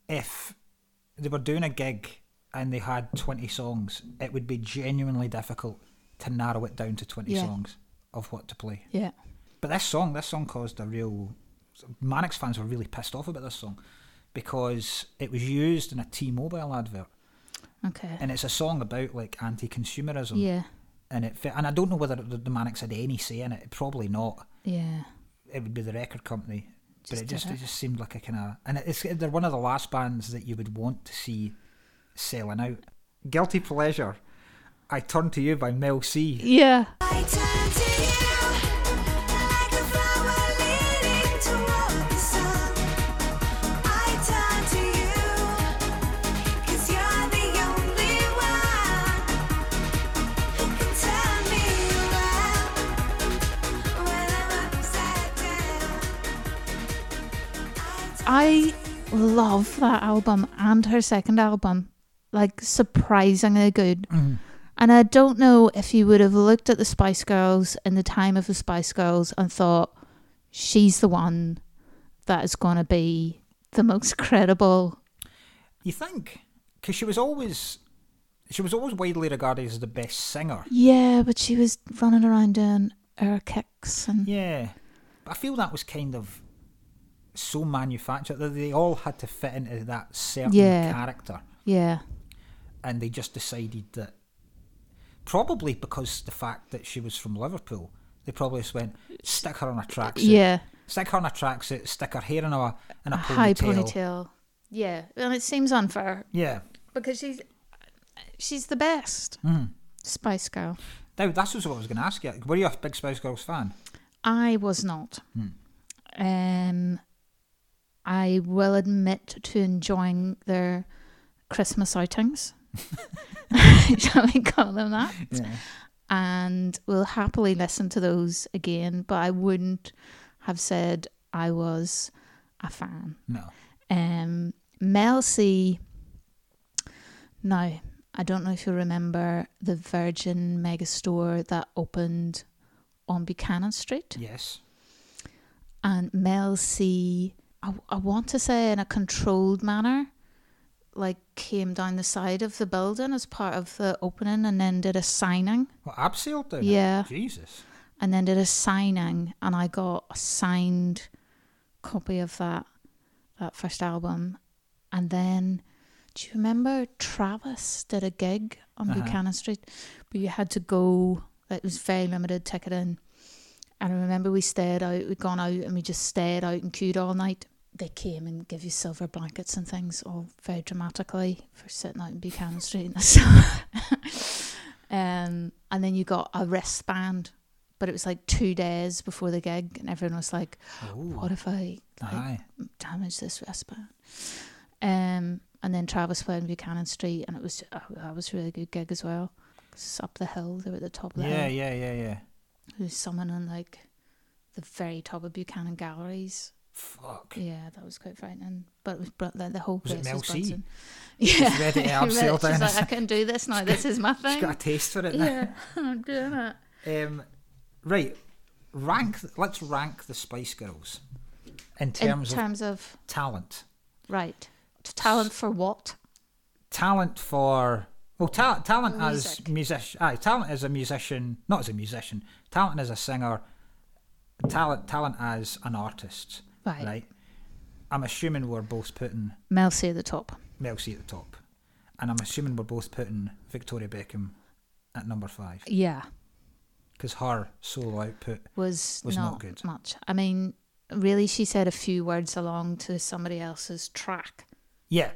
B: if they were doing a gig and they had 20 songs, it would be genuinely difficult to narrow it down to 20
C: Yeah.
B: songs of what to play.
C: Yeah.
B: But this song, this song caused a real. Manix fans were really pissed off about this song because it was used in a T-Mobile advert,
C: Okay.
B: and it's a song about like anti-consumerism.
C: yeah.
B: And it, fit- and I don't know whether the, the Manix had any say in it. Probably not
C: Yeah.
B: it would be the record company. but
C: Just
B: it
C: did
B: just it
C: it.
B: just seemed like a kind of and it's they're one of the last bands that you would want to see selling out. Guilty pleasure. I turn to you by Mel C.
C: Yeah.
E: I turn to you like a flower leaning toward the sun. I turn to you 'cause you're the only one who can turn me around when I'm upside down.
C: I love that album and her second album. Like surprisingly good. And I don't know if you would have looked at the Spice Girls in the time of the Spice Girls and thought she's the one that is going to be the most credible.
B: You think? Because she was always she was always widely regarded as the best singer.
C: Yeah, but she was running around doing air kicks and
B: Yeah, but I feel that was kind of so manufactured that they all had to fit into that certain
C: Yeah.
B: character.
C: yeah.
B: and they just decided that probably because the fact that she was from Liverpool, They probably just went, stick her on a tracksuit.
C: yeah,
B: Stick her on a tracksuit, stick her hair in a, in a,
C: a
B: ponytail.
C: high ponytail. Yeah, and it seems unfair
B: Yeah.
C: because she's she's the best
B: Mm.
C: Spice Girl.
B: Now, that's also what I was going to ask you. Were you a big Spice Girls fan?
C: I was not. Um, I will admit to enjoying their Christmas outings. Shall we call them that?
B: Yeah.
C: And will happily listen to those again, but I wouldn't have said I was a fan.
B: No.
C: Um, Mel C. Now, I don't know if you remember the Virgin megastore that opened on Buchanan Street
B: Yes.
C: and Mel C, I, I want to say in a controlled manner, like came down the side of the building as part of the opening and then did a signing.
B: Well, abseiled down
C: Yeah.
B: Jesus.
C: And then did a signing and I got a signed copy of that that first album. And then do you remember Travis did a gig on Buchanan Street? But you had to go like, it was very limited ticketing. And I remember we stayed out, we'd gone out and we just stayed out and queued all night. They came and give you silver blankets and things, all very dramatically for sitting out in Buchanan Street in the summer. um, and then you got a wristband, but it was like two days before the gig, and everyone was like, "What if I like,
B: Aye.
C: damage this wristband. Um, and then Travis played in Buchanan Street, and it was oh, that was a really good gig as well. 'Cause it's up the hill, they were at the top of the
B: Yeah,
C: hill.
B: yeah, yeah, yeah.
C: There was someone on like the very top of Buchanan Galleries.
B: Fuck.
C: Yeah, that the whole place was frightening. But it was br- like the whole
B: Was it
C: place
B: Mel
C: was
B: C?
C: Brunson. Yeah,
B: read it out,
C: She's
B: sailed down
C: like,
B: the-
C: I can do this now. This is my
B: She's got a
C: thing.
B: taste for it now.
C: Yeah, I'm doing it.
B: Um, right. Rank. Let's rank the Spice Girls in terms
C: In
B: of
C: terms of
B: talent.
C: right talent for what?
B: Talent for well, ta- talent as
C: Music.
B: musician. Aye, talent as a musician, not as a musician. Talent as a singer. Talent, talent as an artist.
C: Right.
B: I'm assuming we're both putting
C: Mel C at the top.
B: Mel C at the top, and I'm assuming we're both putting Victoria Beckham at number five
C: Yeah.
B: because her solo output.
C: was,
B: was not
C: not,
B: good.
C: much. I mean, really, she said a few words along to somebody else's track.
B: Yeah,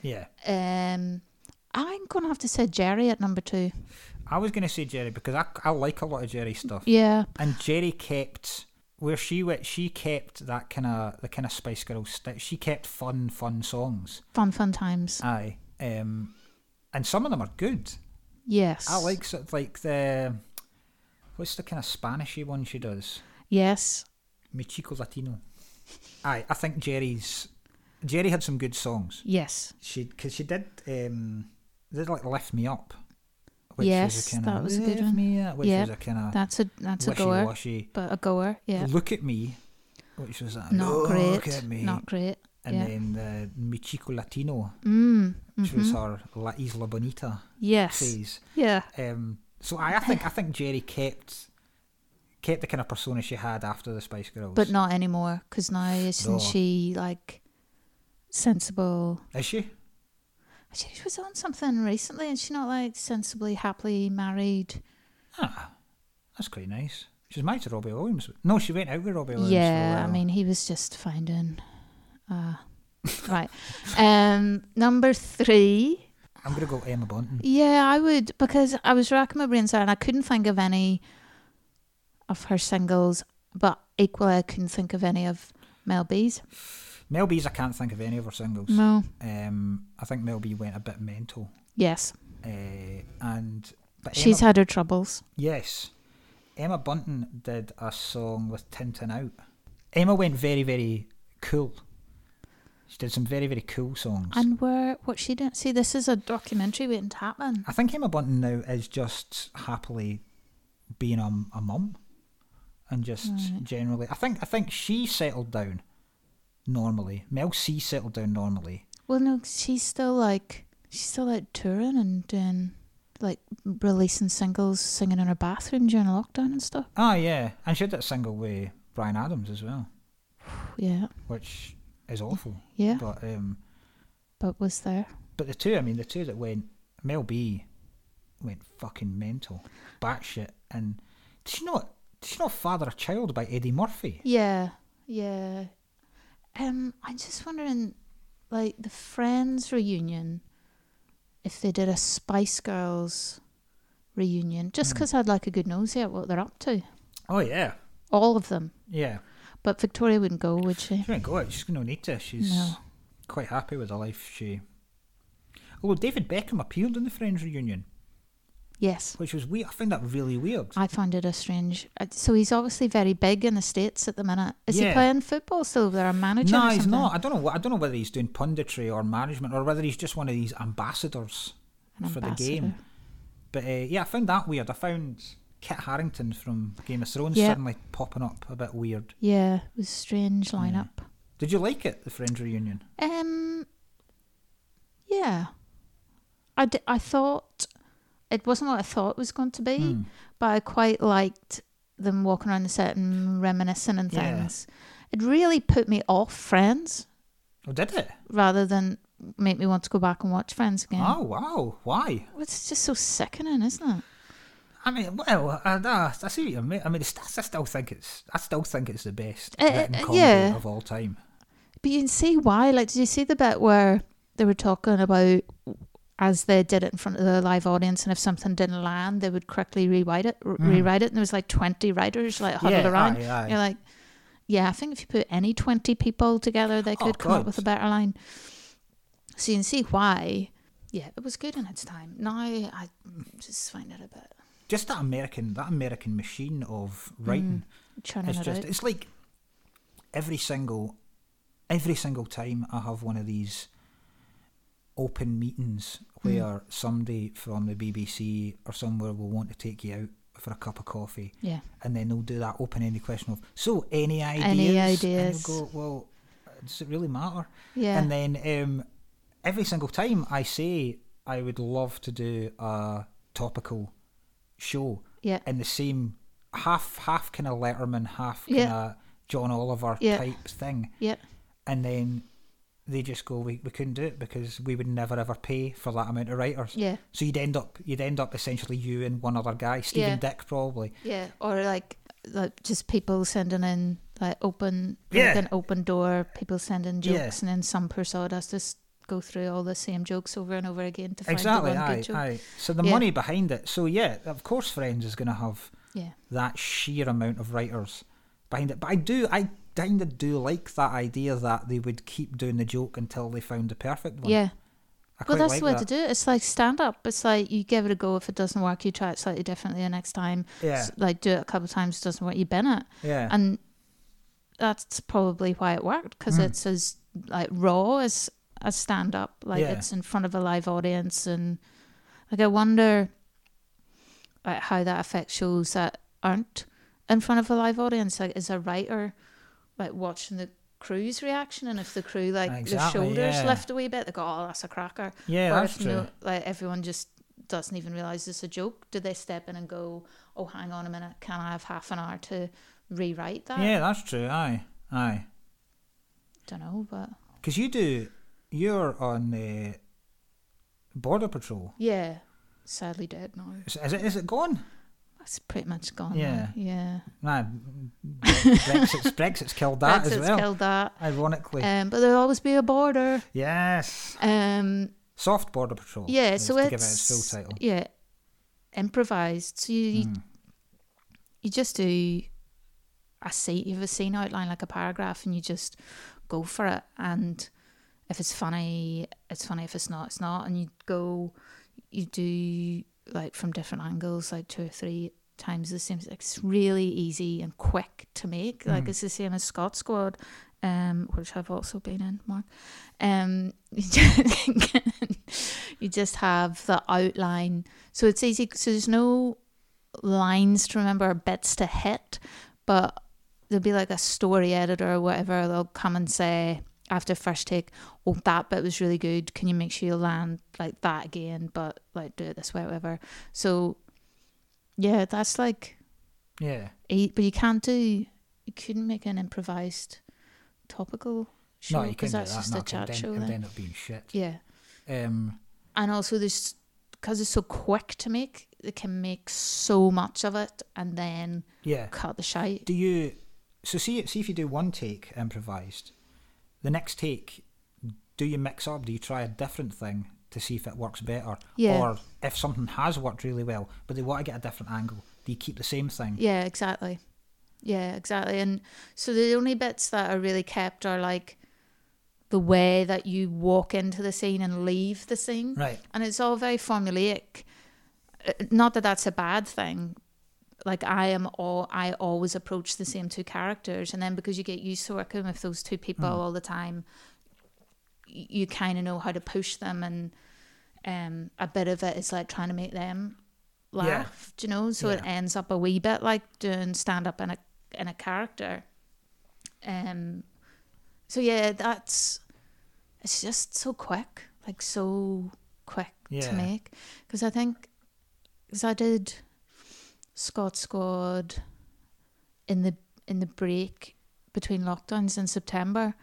B: yeah.
C: Um, I'm gonna have to say Jerry at number two.
B: I was going to say Jerry because I, I like a lot of Jerry stuff.
C: Yeah,
B: And Jerry kept where she went. She kept that kind of the kind of Spice Girl sti She kept fun, fun songs.
C: fun, fun times.
B: Aye. Um, and some of them are good.
C: yes,
B: I like sort of like the what's the kind of Spanishy one she does.
C: Yes,
B: Mi chico Latino. Aye. I think Jerry's Jerry had some good songs.
C: yes,
B: She because she did um did like lift me up. Which
C: Yes, that was a good
B: "Lift
C: one."
B: Me Up," which
C: Yeah,
B: was a kind of
C: that's a that's a goer,
B: wishy-washy.
C: but a goer. Yeah,
B: Look at me, which was that.
C: not
B: Look
C: great,
B: at me.
C: not great.
B: and
C: yeah.
B: then the Mi Chico Latino,
C: mm,
B: which was
C: mhm.
B: her La Isla Bonita
C: yes,
B: phase.
C: yeah,
B: Um, so I, I think I think Jerry kept kept the kind of persona she had after the Spice Girls.
C: but not anymore because now isn't
B: No.
C: she like sensible?
B: is she?
C: She was on something recently, and she's not like sensibly happily married.
B: Ah, that's quite nice. She's married to Robbie Williams. No, she went out with Robbie Williams. for uh, a
C: yeah, I
B: while.
C: mean, he was just finding. Uh, right. Um, number three.
B: I'm gonna go Emma Bunton.
C: Yeah, I would because I was racking my brains out and I couldn't think of any of her singles, but equally I couldn't think of any of Mel B's.
B: Mel B's. I can't think of any of her singles.
C: No.
B: Um, I think Mel B went a bit mental.
C: Yes,
B: Uh, and but
C: she's
B: Emma-
C: had her troubles.
B: Yes. Emma Bunton did a song with Tintin Out. Emma went very, very cool. She did some very, very cool songs.
C: And where what she didn't see, this is a documentary waiting to happen.
B: I think Emma Bunton now is just happily being a, a mum and just generally. I think I think she settled down normally. Mel C settled down normally.
C: Well, no, she's still like she's still out touring and doing like releasing singles, singing in her bathroom during lockdown and stuff.
B: Ah, yeah. And she did a single with Brian Adams as well,
C: Yeah,
B: which is awful.
C: yeah,
B: But um,
C: but was there?
B: But the two, I mean, the two that went, Mel B went fucking mental, batshit, and did you know what? She's not Father of Child by Eddie Murphy.
C: Yeah, yeah. Um, I'm just wondering, like the Friends reunion, if they did a Spice Girls reunion, just 'cause I'd like a good nosy at what they're up to,
B: Oh yeah,
C: all of them.
B: yeah.
C: But Victoria wouldn't go, would she?
B: She won't go out. She's no need to. She's
C: No.
B: quite happy with the life she. Although David Beckham appeared in the Friends reunion,
C: Yes.
B: which was weird. I found that really weird.
C: I found it a strange. uh, So he's obviously very big in the states at the minute. Is
B: Yeah.
C: he playing football still? They're a manager.
B: no,
C: or
B: he's
C: something?
B: not. I don't know. wh- I don't know whether he's doing punditry or management or whether he's just one of these ambassadors
C: An
B: for the game.
C: ambassador.
B: But uh, yeah, I found that weird. I found Kit Harrington from Game of Thrones
C: Yeah.
B: suddenly popping up a bit weird.
C: Yeah, it was a strange lineup.
B: Did you like it, the Friends reunion?
C: Um, yeah, I, d- I thought it wasn't what I thought it was going to be,
B: Hmm.
C: but I quite liked them walking around the set and reminiscing and
B: Yeah.
C: things. It really put me off Friends
B: Oh, did it?
C: rather than make me want to go back and watch Friends again.
B: Oh wow! Why?
C: It's just so sickening, isn't it?
B: I mean, well, I, I, I see what you mean. I mean, it's, I still think it's, I still think it's the best
C: Uh, uh,
B: written
C: uh,
B: comedy
C: yeah.
B: of all time.
C: But you can see why. Like, did you see the bit where they were talking about as they did it in front of the live audience, and if something didn't land, they would quickly rewrite it, r- rewrite it, and there was like twenty writers like huddled
B: Hmm. Yeah,
C: around.
B: aye, aye.
C: You're like, yeah, I think if you put any twenty people together, they
B: Oh,
C: could come up
B: God.
C: with a better line. So you can see why. Yeah, it was good in its time. Now I just find it a bit
B: Just that American, that American machine of
C: Mm.
B: writing.
C: churning
B: It's
C: it
B: just,
C: out.
B: it's like every single, every single time I have one of these open meetings
C: Hmm.
B: where somebody from the BBC or somewhere will want to take you out for a cup of coffee.
C: yeah,
B: and then they'll do that open-ended question of so any ideas
C: Any
B: and
C: ideas?
B: you'll go well does it really matter
C: Yeah.
B: and then um, every single time i say i would love to do a topical show
C: Yeah.
B: in the same half half kind of letterman half kind
C: Yeah.
B: of john oliver
C: Yeah.
B: type thing
C: yeah,
B: and then they just go we, we couldn't do it because we would never ever pay for that amount of writers
C: Yeah.
B: so you'd end up you'd end up essentially you and one other guy stephen
C: Yeah.
B: dick probably
C: yeah. Or like, like just people sending in like open,
B: Yeah.
C: like an open door. People sending jokes,
B: Yeah.
C: and then some person has to s- go through all the same jokes over and over again to find
B: Exactly,
C: the one
B: aye,
C: good joke.
B: aye. So the
C: Yeah.
B: money behind it. So yeah, of course, Friends is going to have
C: Yeah,
B: that sheer amount of writers behind it. But I do, I kind of do like that idea that they would keep doing the joke until they found the perfect one.
C: yeah.
B: I
C: Well,
B: quite
C: that's
B: like
C: the way
B: that.
C: to do it. It's like stand up. It's like you give it a go. If it doesn't work, you try it slightly differently the next time.
B: Yeah.
C: S- like do it a couple of times. It doesn't work, you bin it.
B: Yeah.
C: And that's probably why it worked because
B: Hmm.
C: it's as like raw as as stand up. Like
B: Yeah.
C: it's in front of a live audience and like I wonder like, how that affects shows that aren't in front of a live audience. Like is a writer like watching the crew's reaction and if the crew like their
B: Exactly,
C: shoulders
B: yeah.
C: lift a wee bit, they go, Oh, that's a cracker.
B: Yeah,
C: Or
B: that's
C: if no-
B: true.
C: like everyone just doesn't even realise it's a joke. Do they step in and go, Oh, hang on a minute, can I have half an hour to rewrite that?
B: yeah, that's true. Aye, aye.
C: Don't know, but
B: Because you do, you're on uh, Border Patrol.
C: yeah. Sadly dead now.
B: Is, is it? Is it gone?
C: That's pretty much gone.
B: Yeah.
C: Yeah.
B: Nah,
C: Yeah.
B: Brexit's, Brexit's killed that as
C: Brexit's
B: well.
C: killed that.
B: Ironically,
C: Um, but there'll always be a border.
B: yes.
C: Um,
B: Soft Border Patrol.
C: yeah,
B: is
C: so
B: to
C: it's,
B: give it its full title.
C: yeah, improvised. So you you, you just do a scene, you have a scene outline like a paragraph, and you just go for it. And if it's funny, it's funny. If it's not, it's not. And you go, you do like from different angles, like two or three times the same. It's really easy and quick to make. Like it's the same as Scott Squad. Um, which I've also been in, Mark. Um, you just have the outline. So it's easy. So there's no lines to remember or bits to hit, but there'll be like a story editor or whatever. They'll come and say after first take, "Oh, that bit was really good. Can you make sure you land like that again, but like do it this way, whatever." So yeah, that's like
B: Yeah.
C: eight. But you can't do. You couldn't make an improvised topical show
B: no, you can
C: because
B: do
C: that's
B: that.
C: just
B: no,
C: a
B: it could
C: chat
B: end,
C: show.
B: it'd
C: Then.
B: end up being shit.
C: Yeah
B: Um,
C: and also there's because it's so quick to make they can make so much of it and then
B: Yeah.
C: cut the shite.
B: Do you so see see if you do one take improvised, the next take, do you mix up? Do you try a different thing to see if it works better?
C: Yeah.
B: Or if something has worked really well, but they want to get a different angle, do you keep the same thing?
C: Yeah, exactly. Yeah, exactly. And so the only bits that are really kept are like the way that you walk into the scene and leave the scene.
B: Right.
C: And it's all very formulaic. Uh, Not that that's a bad thing. Like I am all I always approach the same two characters and then because you get used to working with those two people all the time y- you kind of know how to push them and um a bit of it is like trying to make them laugh do you know so it
B: Yeah.
C: ends up a wee bit like doing stand up in a in a character um so yeah that's it's just so quick like so quick
B: Yeah.
C: to make because i think because i did scott squad in the in the break between lockdowns in september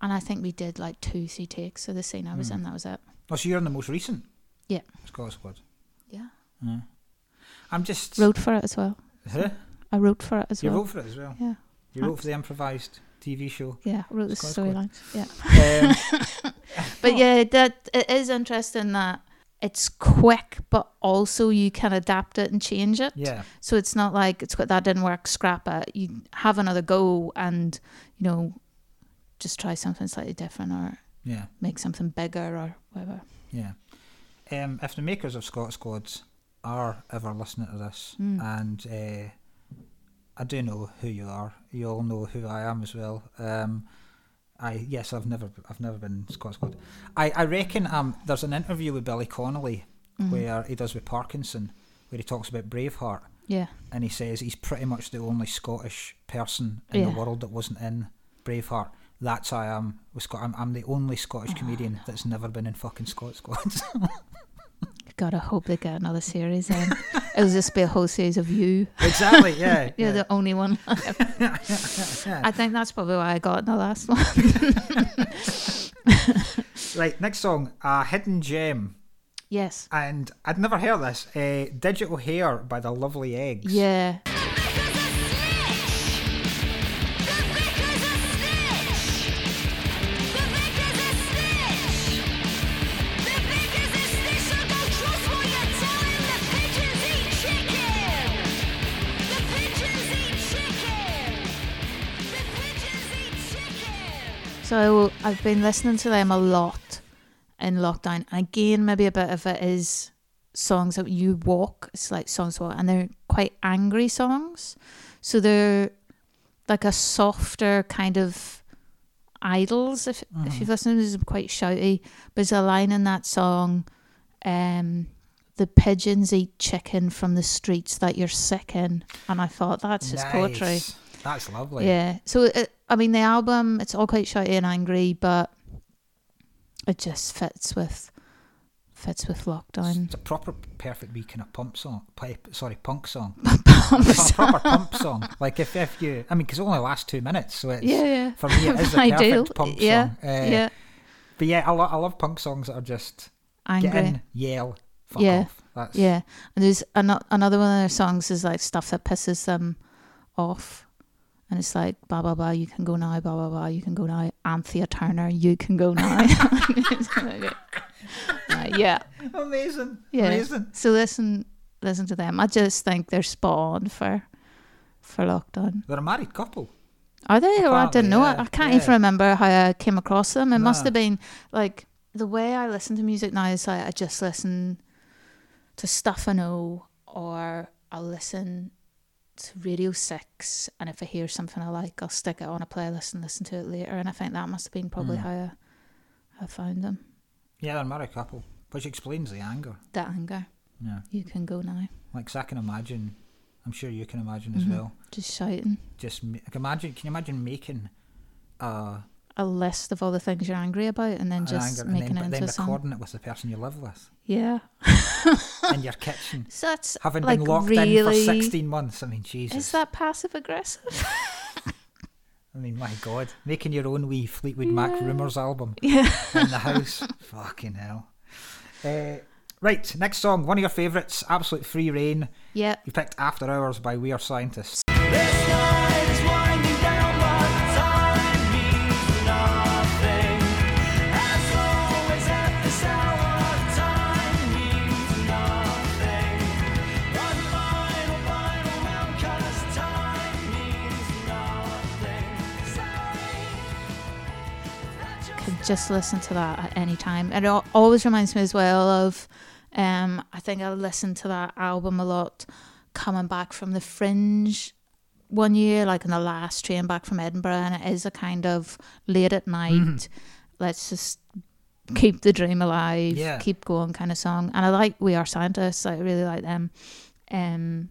C: and i think we did like two three takes of the scene i was in that was it
B: Oh, so you're in the most recent
C: yeah
B: Scott Squad.
C: yeah
B: I'm just
C: wrote for it as well
B: Huh?
C: i wrote for it as
B: You
C: well
B: wrote for it as well.
C: yeah
B: You wrote for the improvised TV show.
C: yeah I wrote the
B: Scott Squad.
C: storyline yeah
B: Um,
C: But yeah, that it is interesting that it's quick, but also you can adapt it and change it.
B: yeah.
C: So it's not like it's got that didn't work, scrap it. You have another go, and you know, just try something slightly different or
B: Yeah.
C: make something bigger or whatever.
B: Yeah. Um, if the makers of Scott Squads are ever listening to this, and uh, I do know who you are, you all know who I am as well. Um, I yes, I've never, I've never been Scott Squad. I, I reckon um, there's an interview with Billy Connolly where he does with Parkinson, where he talks about Braveheart,
C: Yeah,
B: and he says he's pretty much the only Scottish person in the
C: Yeah.
B: world that wasn't in Braveheart. That's how I am with Scott. I'm, I'm the only
C: Ah,
B: Scottish comedian that's never been in fucking Scott Squads.
C: God, I hope they get another series. Then it'll just be a whole series of you.
B: Exactly. Yeah.
C: You're the only one. I think that's probably why I got in the last one.
B: Right. Next song, a hidden gem,
C: yes.
B: and I'd never heard this. Uh, Digital Hair by the Lovely Eggs.
C: Yeah. So I've been listening to them a lot in lockdown. And again, maybe a bit of it is songs that you walk. It's like songs walk, and they're quite angry songs. So they're like a softer kind of idols. If if you've listened to them, it's quite shouty. But there's a line in that song. Um, the pigeons eat chicken from the streets that you're sick in, and I thought that's just poetry.
B: Nice. That's lovely.
C: Yeah. So it, I mean, the album it's all quite shouty and angry, but it just fits with fits with lockdown.
B: It's a proper perfect week kind of pump song. Pipe, sorry, punk song. It's a proper pump song. Like if, if you, I mean, because it only lasts two minutes, so it's
C: Yeah, yeah.
B: for me it is the perfect
C: Ideal.
B: pump
C: Yeah.
B: song. Uh,
C: yeah.
B: But yeah, I, lo- I love punk songs that are just
C: Angry.
B: get in, yell, fuck
C: Yeah.
B: off. That's
C: Yeah. And there's an- another one of their songs is like stuff that pisses them off. And it's like, blah, blah, blah, you can go now, blah, blah, blah, you can go now. Anthea Turner, you can go now. Uh, yeah.
B: amazing.
C: Yeah.
B: Amazing.
C: So listen, listen to them. I just think they're spawned for for lockdown.
B: They're a married couple.
C: Are they? Or I
B: Apparently,
C: didn't know.
B: yeah,
C: I, I can't even
B: yeah.
C: remember how I came across them. It must
B: No.
C: have been like the way I listen to music now is like I just listen to stuff I know, or I'll listen to Radio Six, and if I hear something I like, I'll stick it on a playlist and listen to it later. And I think that must have been probably
B: Hmm.
C: how I, I found them.
B: Yeah, they're a married couple, which explains the anger.
C: That anger.
B: Yeah.
C: You can go now.
B: Like 'cause I can imagine, I'm sure you can imagine
C: Mm-hmm.
B: as well.
C: Just shouting.
B: Just ma- like imagine, can you imagine making uh,
C: a list of all the things you're angry about and then
B: an
C: just
B: anger and
C: making
B: then, but
C: it
B: then
C: into a song.
B: recording it with the person you live with
C: Yeah.
B: in your kitchen,
C: So that's
B: having
C: like
B: been locked
C: really,
B: in for 16 months? I mean, Jesus.
C: Is that passive aggressive?
B: I mean, my God, making your own wee Fleetwood Mac rumours album
C: yeah.
B: in the house, fucking hell. Uh, Right, next song, one of your favourites, Absolute Free Reign.
C: Yeah.
B: You picked After Hours by We Are Scientists.
D: This night is winding down, but time means nothing. As always at this hour, time means nothing. One line or final round, 'cause time means nothing. Sorry.
C: Can just listen to that at any time. It al- always reminds me as well of, um, I think I listened to that album a lot coming back from the Fringe one year, like on the last train back from Edinburgh, and it is a kind of late at night, let's just keep the dream alive,
B: Yeah.
C: keep going kind of song. And I like We Are Scientists, I really like them. Um,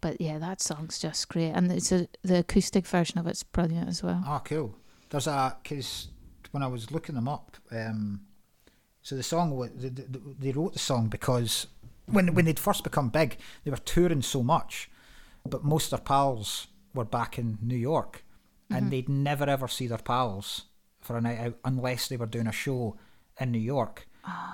C: but yeah, that song's just great, and it's a, the acoustic version of it's brilliant as well.
B: Ah, cool. There's a, because when I was looking them up, um, so the song, wa- the- the- the- they wrote the song because when, when they'd first become big, they were touring so much, but most of their pals were back in New York and they'd never ever see their pals for a night out unless they were doing a show in New York.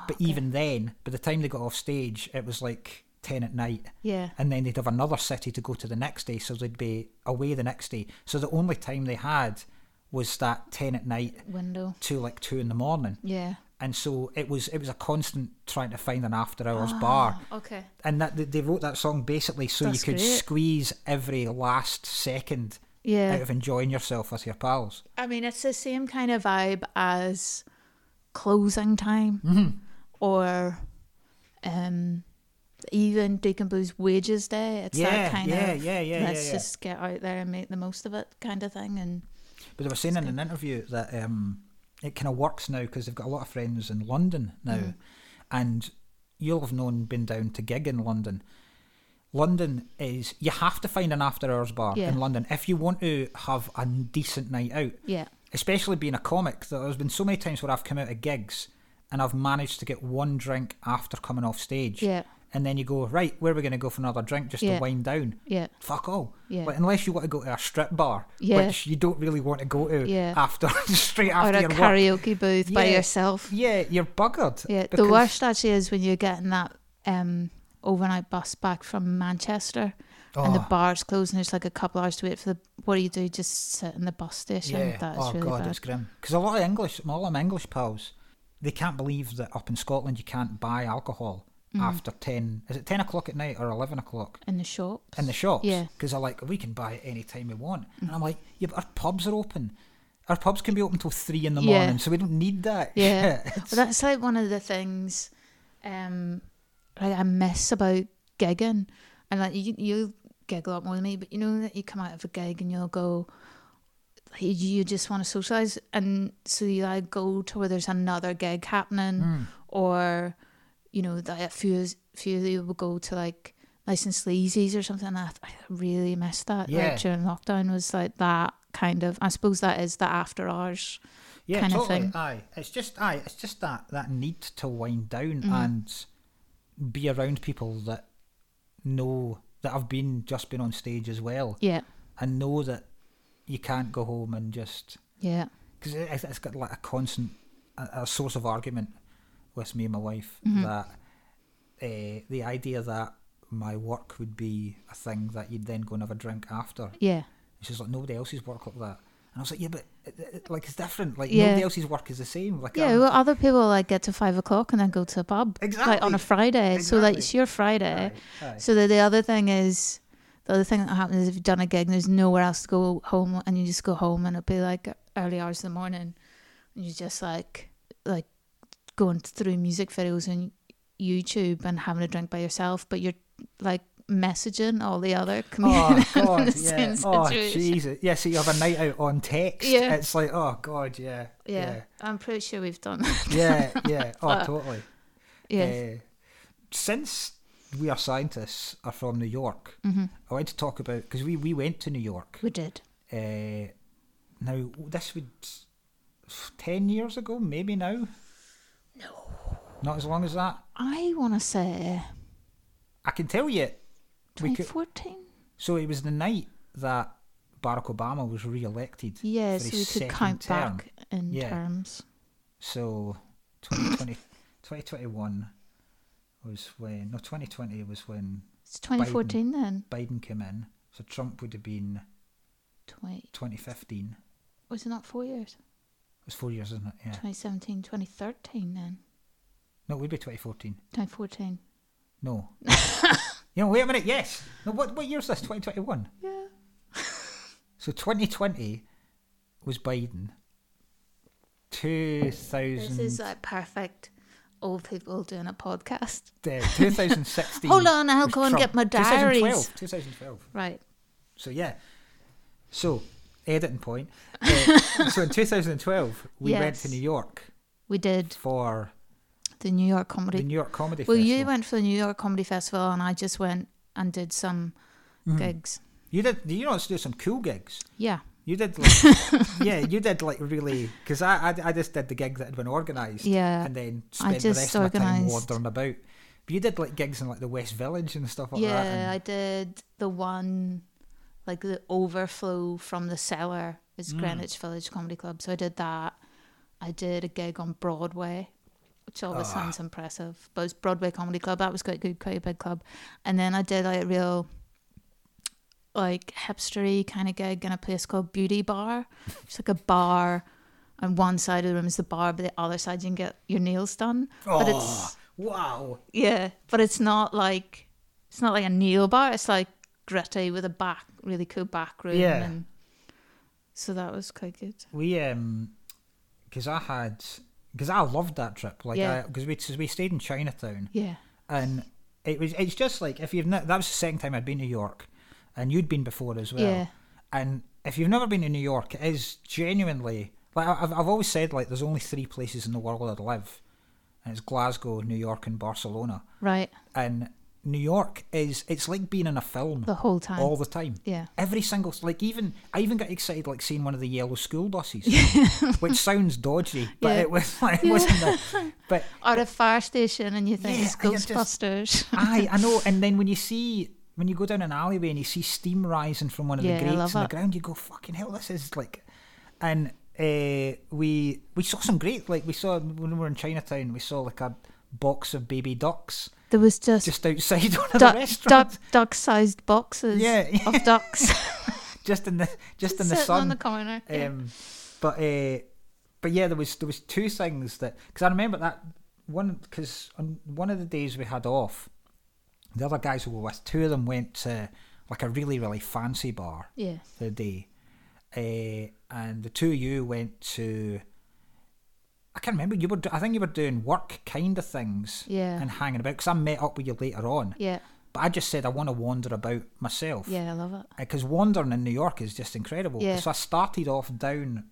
B: but even then, by the time they got off stage, it was like 10 at night.
C: Yeah.
B: and then they'd have another city to go to the next day, so they'd be away the next day. So the only time they had was that ten at night
C: Window.
B: to like two in the morning,
C: Yeah.
B: and so it was it was a constant trying to find an after hours bar,
C: Okay.
B: and that they- they wrote that song basically so
C: Ah. That's
B: you could
C: great.
B: squeeze every last second
C: Yeah.
B: out of enjoying yourself with your pals.
C: I mean, it's the same kind of vibe as closing time
B: Mm-hmm.
C: or um, even Deacon Blue's Wages Day. It's
B: Yeah,
C: that kind
B: yeah,
C: of
B: yeah, yeah, yeah,
C: let's
B: yeah.
C: just get out there and make the most of it kind of thing. And
B: But they were saying in an interview that um, it kind of works now because they've got a lot of friends in London now,
C: Mm.
B: and you'll have known been down to gig in London. London is you have to find an after hours bar
C: Yeah.
B: in London if you want to have a decent night out.
C: yeah,
B: Especially being a comic, that there's been so many times where I've come out of gigs and I've managed to get one drink after coming off stage.
C: Yeah.
B: And then you go, right, where are we going to go for another drink just
C: Yeah.
B: to wind down?
C: yeah,
B: fuck all.
C: Yeah.
B: Like, unless you want to go to a strip bar,
C: Yeah.
B: which you don't really want to go to
C: Yeah.
B: after straight
C: or
B: after
C: a
B: your work.
C: karaoke booth by
B: Yeah,
C: yourself.
B: Yeah, you're buggered.
C: Yeah, the
B: because-
C: worst actually is when you're getting that um, overnight bus back from Manchester. And the
B: Oh.
C: bar's closed, and there's like a couple hours to wait for the. What do you do? Just sit in the bus station.
B: Yeah.
C: That is
B: oh
C: really
B: god,
C: bad.
B: it's grim. Because a lot of English, a lot of my English pals, they can't believe that up in Scotland you can't buy alcohol
C: Mm.
B: after ten. Is it ten o'clock at night or eleven o'clock?
C: in the shops.
B: in the shops
C: Yeah.
B: because they're like we can buy it any time we want and i'm like yeah but our pubs are open our pubs can be open till three in the
C: Yeah.
B: morning so we don't need that
C: Yeah.
B: shit.
C: well, that's like one of the things um like I miss about gigging. And like you you gig a lot more than me, but you know that you come out of a gig and you'll go like, you just want to socialise and so you like go to where there's another gig happening
B: Mm.
C: or you know, that a few few of you will go to like nice and sleazy's or something. I, I really missed that.
B: Yeah.
C: Like during lockdown was like that kind of I suppose that is the after hours.
B: yeah,
C: kind of
B: totally. Uh,
C: thing.
B: Aye, it's just aye, it's just that that need to wind down
C: Mm.
B: and be around people that know that have been just been on stage as well,
C: Yeah.
B: and know that you can't go home and just
C: Yeah.
B: because it, it's got like a constant a, a source of argument with me and my wife
C: Mm-hmm.
B: that uh, the idea that my work would be a thing that you'd then go and have a drink after
C: Yeah.
B: And She's like, nobody else's work like that. And I was like, yeah, but it, it- like it's different. Like
C: Yeah.
B: nobody else's work is the same. Like
C: Yeah,
B: I'm-
C: well, other people like get to five o'clock and then go to a pub, like on
B: Exactly.
C: a Friday. So like it's
B: Exactly.
C: your Friday.
B: Aye, aye.
C: So the, the other thing is, the other thing that happens is if you've done a gig and there's nowhere else to go home, and you just go home and it'll be like early hours in the morning, and you're just like like going through music videos on YouTube and having a drink by yourself, but you're like messaging all the other
B: Oh
C: comedians in
B: god,
C: the
B: yeah.
C: same
B: Oh
C: situation.
B: Jesus, yeah. So you have a night out on text.
C: Yeah.
B: It's like, oh god, yeah,
C: Yeah, Uh,
B: yeah,
C: I'm pretty sure we've done that.
B: yeah, yeah. Oh, totally.
C: Yeah,
B: Uh, since we are scientists are from New York, I wanted to talk about because we we went to New York.
C: we did.
B: Uh, now this would ten years ago, maybe now. No. Not as long as that.
C: I want to say
B: I can tell you. We could,
C: 2014.
B: so it was the night that Barack Obama was re-elected.
C: Yeah,
B: for
C: so
B: his
C: we
B: second
C: could count
B: term.
C: back in
B: Yeah.
C: terms.
B: So 2020, 2021 was when, no, 2020 was when
C: It's 2014 then.
B: Biden came in. So Trump would have been
C: 20.
B: 2015. It
C: Was it not four years?
B: was four years, isn't it? Yeah.
C: 2017, 2013 then.
B: No, it would be 2014.
C: 2014.
B: No. you know, wait a minute. Yes. No, what, what year is this? 2021.
C: Yeah.
B: So 2020 was Biden. 2000,
C: This is uh, like perfect old people doing a podcast.
B: uh, 2016.
C: Hold on, I'll
B: was
C: go and get my diaries.
B: 2012. 2012.
C: Right.
B: So yeah. So editing point. Uh, so in 2012, we went to
C: Yes.
B: New York
C: We did
B: for
C: the New York
B: the
C: Comedy
B: New York Comedy
C: Well,
B: Festival.
C: you went for the New York Comedy Festival, and I just went and did some
B: Mm-hmm.
C: gigs.
B: You did. You know, do some cool gigs.
C: Yeah,
B: You did, like, yeah. You did like really because I, I I just did the gig that had been organised.
C: Yeah,
B: and then
C: I
B: spent the
C: just
B: rest of my time
C: organised-
B: wandering about. But you did like gigs in like the West Village and stuff like that.
C: yeah,
B: and-
C: I did the one like the overflow from the cellar
B: Mm.
C: is Greenwich Village Comedy Club, so I did that. I did a gig on Broadway, which always
B: Ah.
C: sounds impressive, but it was Broadway Comedy Club. That was quite good, quite a big club. And then I did like a real like hipstery kind of gig in a place called Beauty Bar. It's like a bar. And one side of the room is the bar, but the other side you can get your nails done. But it's
B: Ah. Oh, wow.
C: yeah, but it's not like it's not like a nail bar. It's like gritty with a back, really cool back room.
B: Yeah.
C: And so that was quite good.
B: We um, because I had because I loved that trip. Like,
C: Yeah.
B: because we 'cause we stayed in Chinatown
C: Yeah.
B: and it was it's just like if you've ne- that was the second time I'd been to New York, and you'd been before as well.
C: Yeah.
B: And if you've never been to New York, it is genuinely like I- I've I've always said like there's only three places in the world I'd live, and it's Glasgow, New York, and Barcelona.
C: Right.
B: And New York is it's like being in a film
C: The whole time.
B: all the time.
C: Yeah.
B: Every single like even I even got excited like seeing one of the yellow school buses, which sounds dodgy, but
C: Yeah.
B: it was like it wasn't. that but
C: Or a fire station, and you think
B: Yeah,
C: it's
B: and you're just-
C: Ghostbusters.
B: Aye, I know. And then when you see when you go down an alleyway and you see steam rising from one of
C: Yeah, I
B: the grates
C: love
B: in the
C: it.
B: ground, you go, "Fucking hell, this is like." And uh, we we saw some great like we saw when we were in Chinatown, we saw like a box of baby ducks
C: there was just,
B: just outside one of the
C: duck,
B: restaurant,
C: duck, duck-sized boxes
B: Yeah, yeah.
C: of ducks
B: just in the just in the
C: sitting
B: sun.
C: on the corner. Yeah.
B: Um, but uh, but yeah, there was there was two things that because I remember that one because on one of the days we had off, the other guys who were with, two of them went to like a really really fancy bar
C: yeah.
B: the day, uh, and the two of you went to. I can't remember. You were. do- I think you were doing work kind of things.
C: Yeah.
B: And hanging about because I met up with you later on.
C: Yeah.
B: But I just said I want to wander about myself
C: Yeah. I love it.
B: because Uh, wandering in New York is just incredible.
C: Yeah.
B: So I started off down,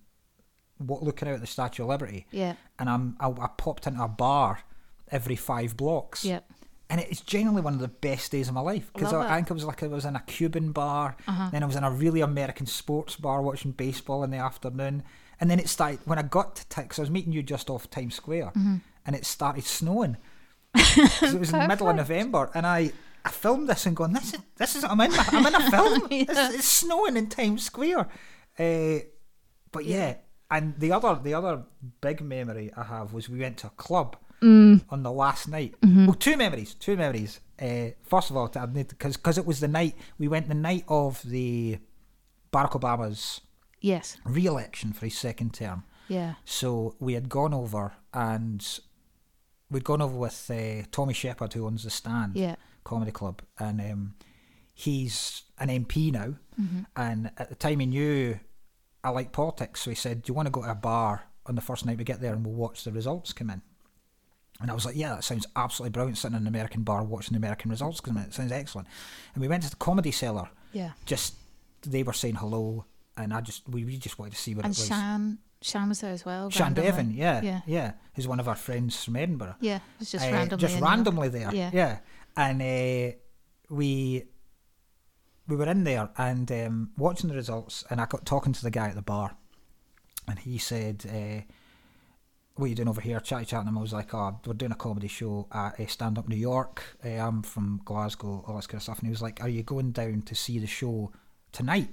B: what looking out at the Statue of Liberty,
C: Yeah.
B: and I'm I, I popped into a bar every five blocks.
C: Yep.
B: And it's genuinely one of the best days of my life because
C: Love
B: I,
C: it. Uh-huh.
B: I think I was like I was in a Cuban bar, then I was in a really American sports bar watching baseball in the afternoon, and then it started when I got to Texas. I was meeting you just off Times Square,
C: Mm-hmm.
B: and it started snowing. 'Cause it was in the middle of November, and I, I filmed this and going, this is this is I'm in a, I'm in a film. it's, it's snowing in Times Square, uh, but yeah. and the other the other big memory I have was we went to a club on the last night. Well, two memories, two memories. Uh, first of all, I need because because it was the night we went the night of the Barack Obama's
C: Yes.
B: re-election for his second term.
C: Yeah.
B: So we had gone over and we'd gone over with uh, Tommy Shepherd, who owns the Stand
C: Yeah.
B: Comedy Club, and um, he's an MP now.
C: Mm-hmm.
B: And at the time, he knew I like politics, so he said, "Do you want to go to a bar on the first night we get there, and we'll watch the results come in?" And I was like, "Yeah, that sounds absolutely brilliant. Sitting in an American bar watching the American results come in, it sounds excellent." And we went to the Comedy Cellar.
C: Yeah.
B: Just they were saying hello, and I just we, we just wanted to see what
C: And
B: it was.
C: Shan, Shan was there as well.
B: Shan
C: randomly.
B: Bevan, yeah,
C: Yeah.
B: yeah, who's one of our friends from Edinburgh.
C: Yeah. It was just
B: Uh,
C: randomly.
B: just
C: in New York.
B: randomly there,
C: Yeah.
B: yeah. And uh, we we were in there and um, watching the results, and I got talking to the guy at the bar, and he said, uh, "What are you doing over here?" Chatty chatting, and I was like, "Oh, we're doing a comedy show at uh, Stand Up New York. Uh, I'm from Glasgow, all this kind of stuff." And he was like, "Are you going down to see the show tonight?"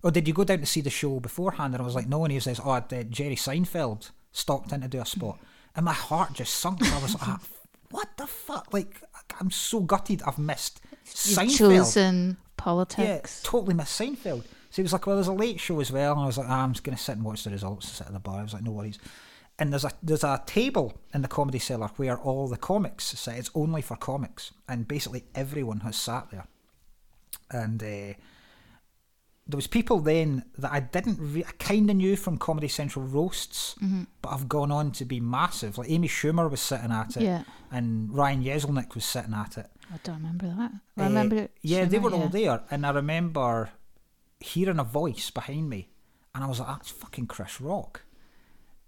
B: Or did you go down to see the show beforehand? And I was like, no. And he says, oh, uh, Jerry Seinfeld stopped in to do a spot. And my heart just sunk. I was like, ah, what the fuck? Like, I'm so gutted I've missed
C: You've
B: Seinfeld.
C: chosen
B: Yeah,
C: politics.
B: totally missed Seinfeld. So he was like, well, there's a late show as well. And I was like, ah, I'm just going to sit and watch the results and sit at the bar. I was like, no worries. And there's a there's a table in the comedy cellar where all the comics sit. It's only for comics, and basically everyone has sat there. And uh, there was people then that I didn't re- I kind of knew from Comedy Central roasts,
C: Mm-hmm.
B: but I've gone on to be massive. Like Amy Schumer was sitting at it,
C: Yeah.
B: and Ryan Jeselnik was sitting at it.
C: I don't remember that. I
B: Uh,
C: remember it.
B: Yeah, they
C: Shona,
B: were all
C: yeah.
B: there, and I remember hearing a voice behind me, and I was like, "That's fucking Chris Rock,"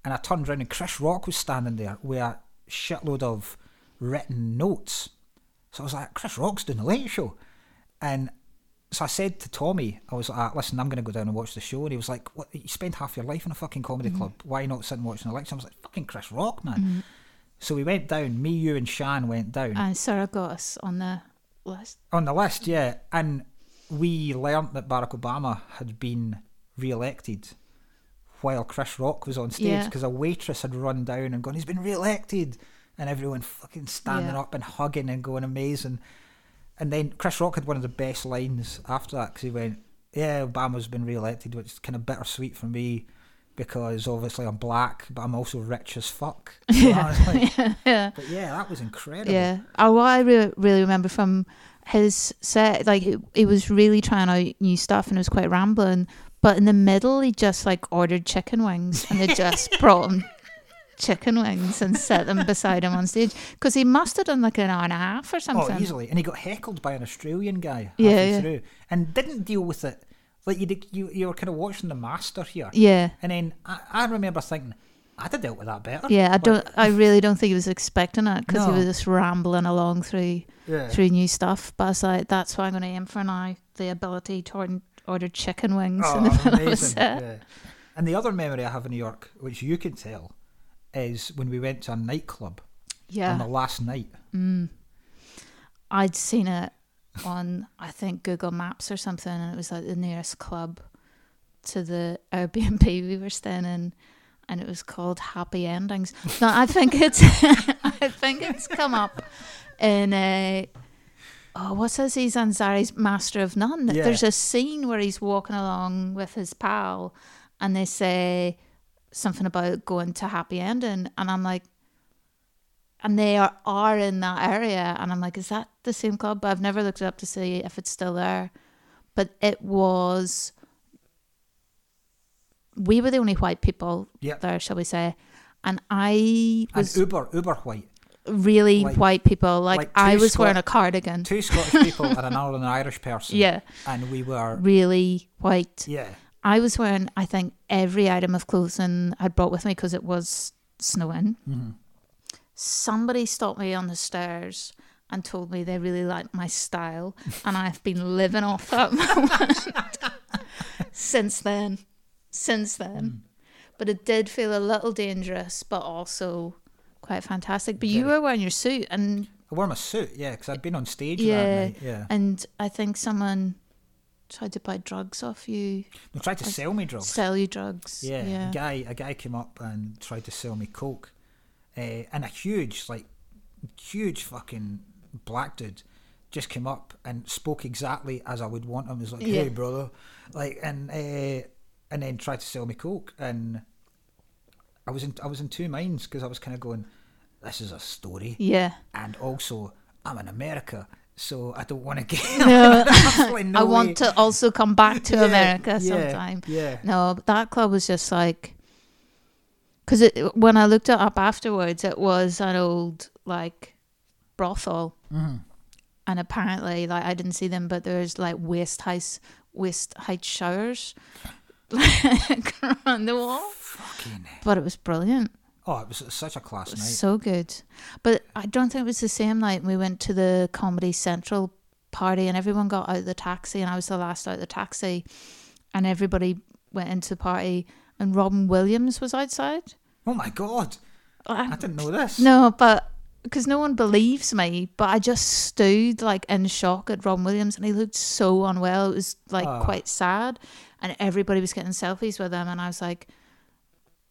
B: and I turned around, and Chris Rock was standing there with a shitload of written notes. So I was like, "Chris Rock's doing the late show," and so I said to Tommy, "I was like, "Ah, listen, I'm going to go down and watch the show," and he was like, "What? You spend half your life in a fucking comedy club. Why not sit and watch an election?" I was like, "Fucking Chris Rock, man." So we went down. Me, you, and Shan went down
C: And Sarah got us on the list.
B: on the list, yeah. And we learnt that Barack Obama had been re-elected while Chris Rock was on stage
C: Yeah.
B: because a waitress had run down and gone, "He's been re-elected," and everyone fucking standing
C: Yeah.
B: up and hugging and going amazing. And then Chris Rock had one of the best lines after that because he went, "Yeah, Obama's been re-elected, which is kind of bittersweet for me." Because obviously I'm black, but I'm also rich as fuck. So I was like- But yeah, that was incredible.
C: Yeah. Oh, what I re- really remember from his set, like he, he was really trying out new stuff and it was quite rambling. But in the middle, he just like ordered chicken wings and they just brought him chicken wings and set them beside him on stage because he must have done like an hour and a half or
B: Oh,
C: something.
B: easily. And he got heckled by an Australian guy halfway
C: Yeah, yeah.
B: through and didn't deal with it. Like, you, did- you, you were kind of watching the master here.
C: Yeah.
B: And then I, I remember thinking, I'd have dealt with that better.
C: Yeah, I
B: Like,
C: don't. I really don't think he was expecting it because
B: No.
C: he was just rambling along through
B: Yeah.
C: through new stuff. But I was like, that's what I'm going to aim for now: the ability to order, order chicken wings in the
B: Oh,
C: middle of a
B: amazing.
C: set.
B: Yeah. And the other memory I have in New York, which you can tell, is when we went to a nightclub on the
C: Yeah,
B: last night.
C: I'd seen it on I think Google Maps or something, and it was like the nearest club to the Airbnb we were staying in, and it was called Happy Endings. No, I think it's I think it's come up in a oh what's his he's Ansari's Master of None.
B: Yeah.
C: There's a scene where he's walking along with his pal, and they say something about going to Happy Ending, and I'm like. And they are, are in that area, and I'm like, is that the same club? But I've never looked it up to see if it's still there. But it was we were the only white people
B: Yep.
C: there, shall we say. And I
B: And
C: was
B: uber, uber white.
C: really
B: like-
C: white people. Like,
B: like two
C: I was wearing
B: Scot-
C: a cardigan.
B: Two Scottish people and an Northern Irish person.
C: Yeah.
B: And we were,
C: Really white.
B: yeah.
C: I was wearing, I think, every item of clothing I'd brought with me because it was snowing.
B: Mm-hmm.
C: Somebody stopped me on the stairs and told me they really liked my style, and I've been living off that moment since then. Since
B: Mm.
C: then. But it did feel a little dangerous, but also quite fantastic. But you were wearing your suit, and
B: I wore my suit, yeah, because I'd been on stage that
C: yeah,
B: night. Yeah.
C: and I think someone tried to buy drugs off you,
B: They tried to sell me drugs.
C: sell you drugs.
B: Yeah, A guy a guy came up and tried to sell me coke, uh, and a huge like huge fucking black dude just came up and spoke exactly as I would want him. He was like,
C: Yeah.
B: "Hey, brother," like and uh, and then tried to sell me coke, and I was in I was in two minds because I was kind of going, "This is a story,"
C: Yeah.
B: and also I'm in America. So I don't want to get.
C: No.
B: Absolutely no
C: I
B: way.
C: want to also come back to
B: Yeah,
C: America
B: yeah,
C: sometime.
B: yeah.
C: No, but that club was just like, because it, when I looked it up afterwards, it was an old like brothel,
B: Mm-hmm.
C: and apparently, like I didn't see them, but there's like waist height waist height showers like around the wall. But it was brilliant.
B: Oh, it was such a class night.
C: So good. But I don't think it was the same night we went to the Comedy Central party and everyone got out of the taxi and I was the last out of the taxi and everybody went into the party and Robin Williams was outside.
B: Oh my god, I
C: I,
B: didn't know this.
C: no, but because no one believes me, but I just stood like in shock at Robin Williams and he looked so unwell. It
B: Ah.
C: was like quite sad and everybody was getting selfies with him and I was like,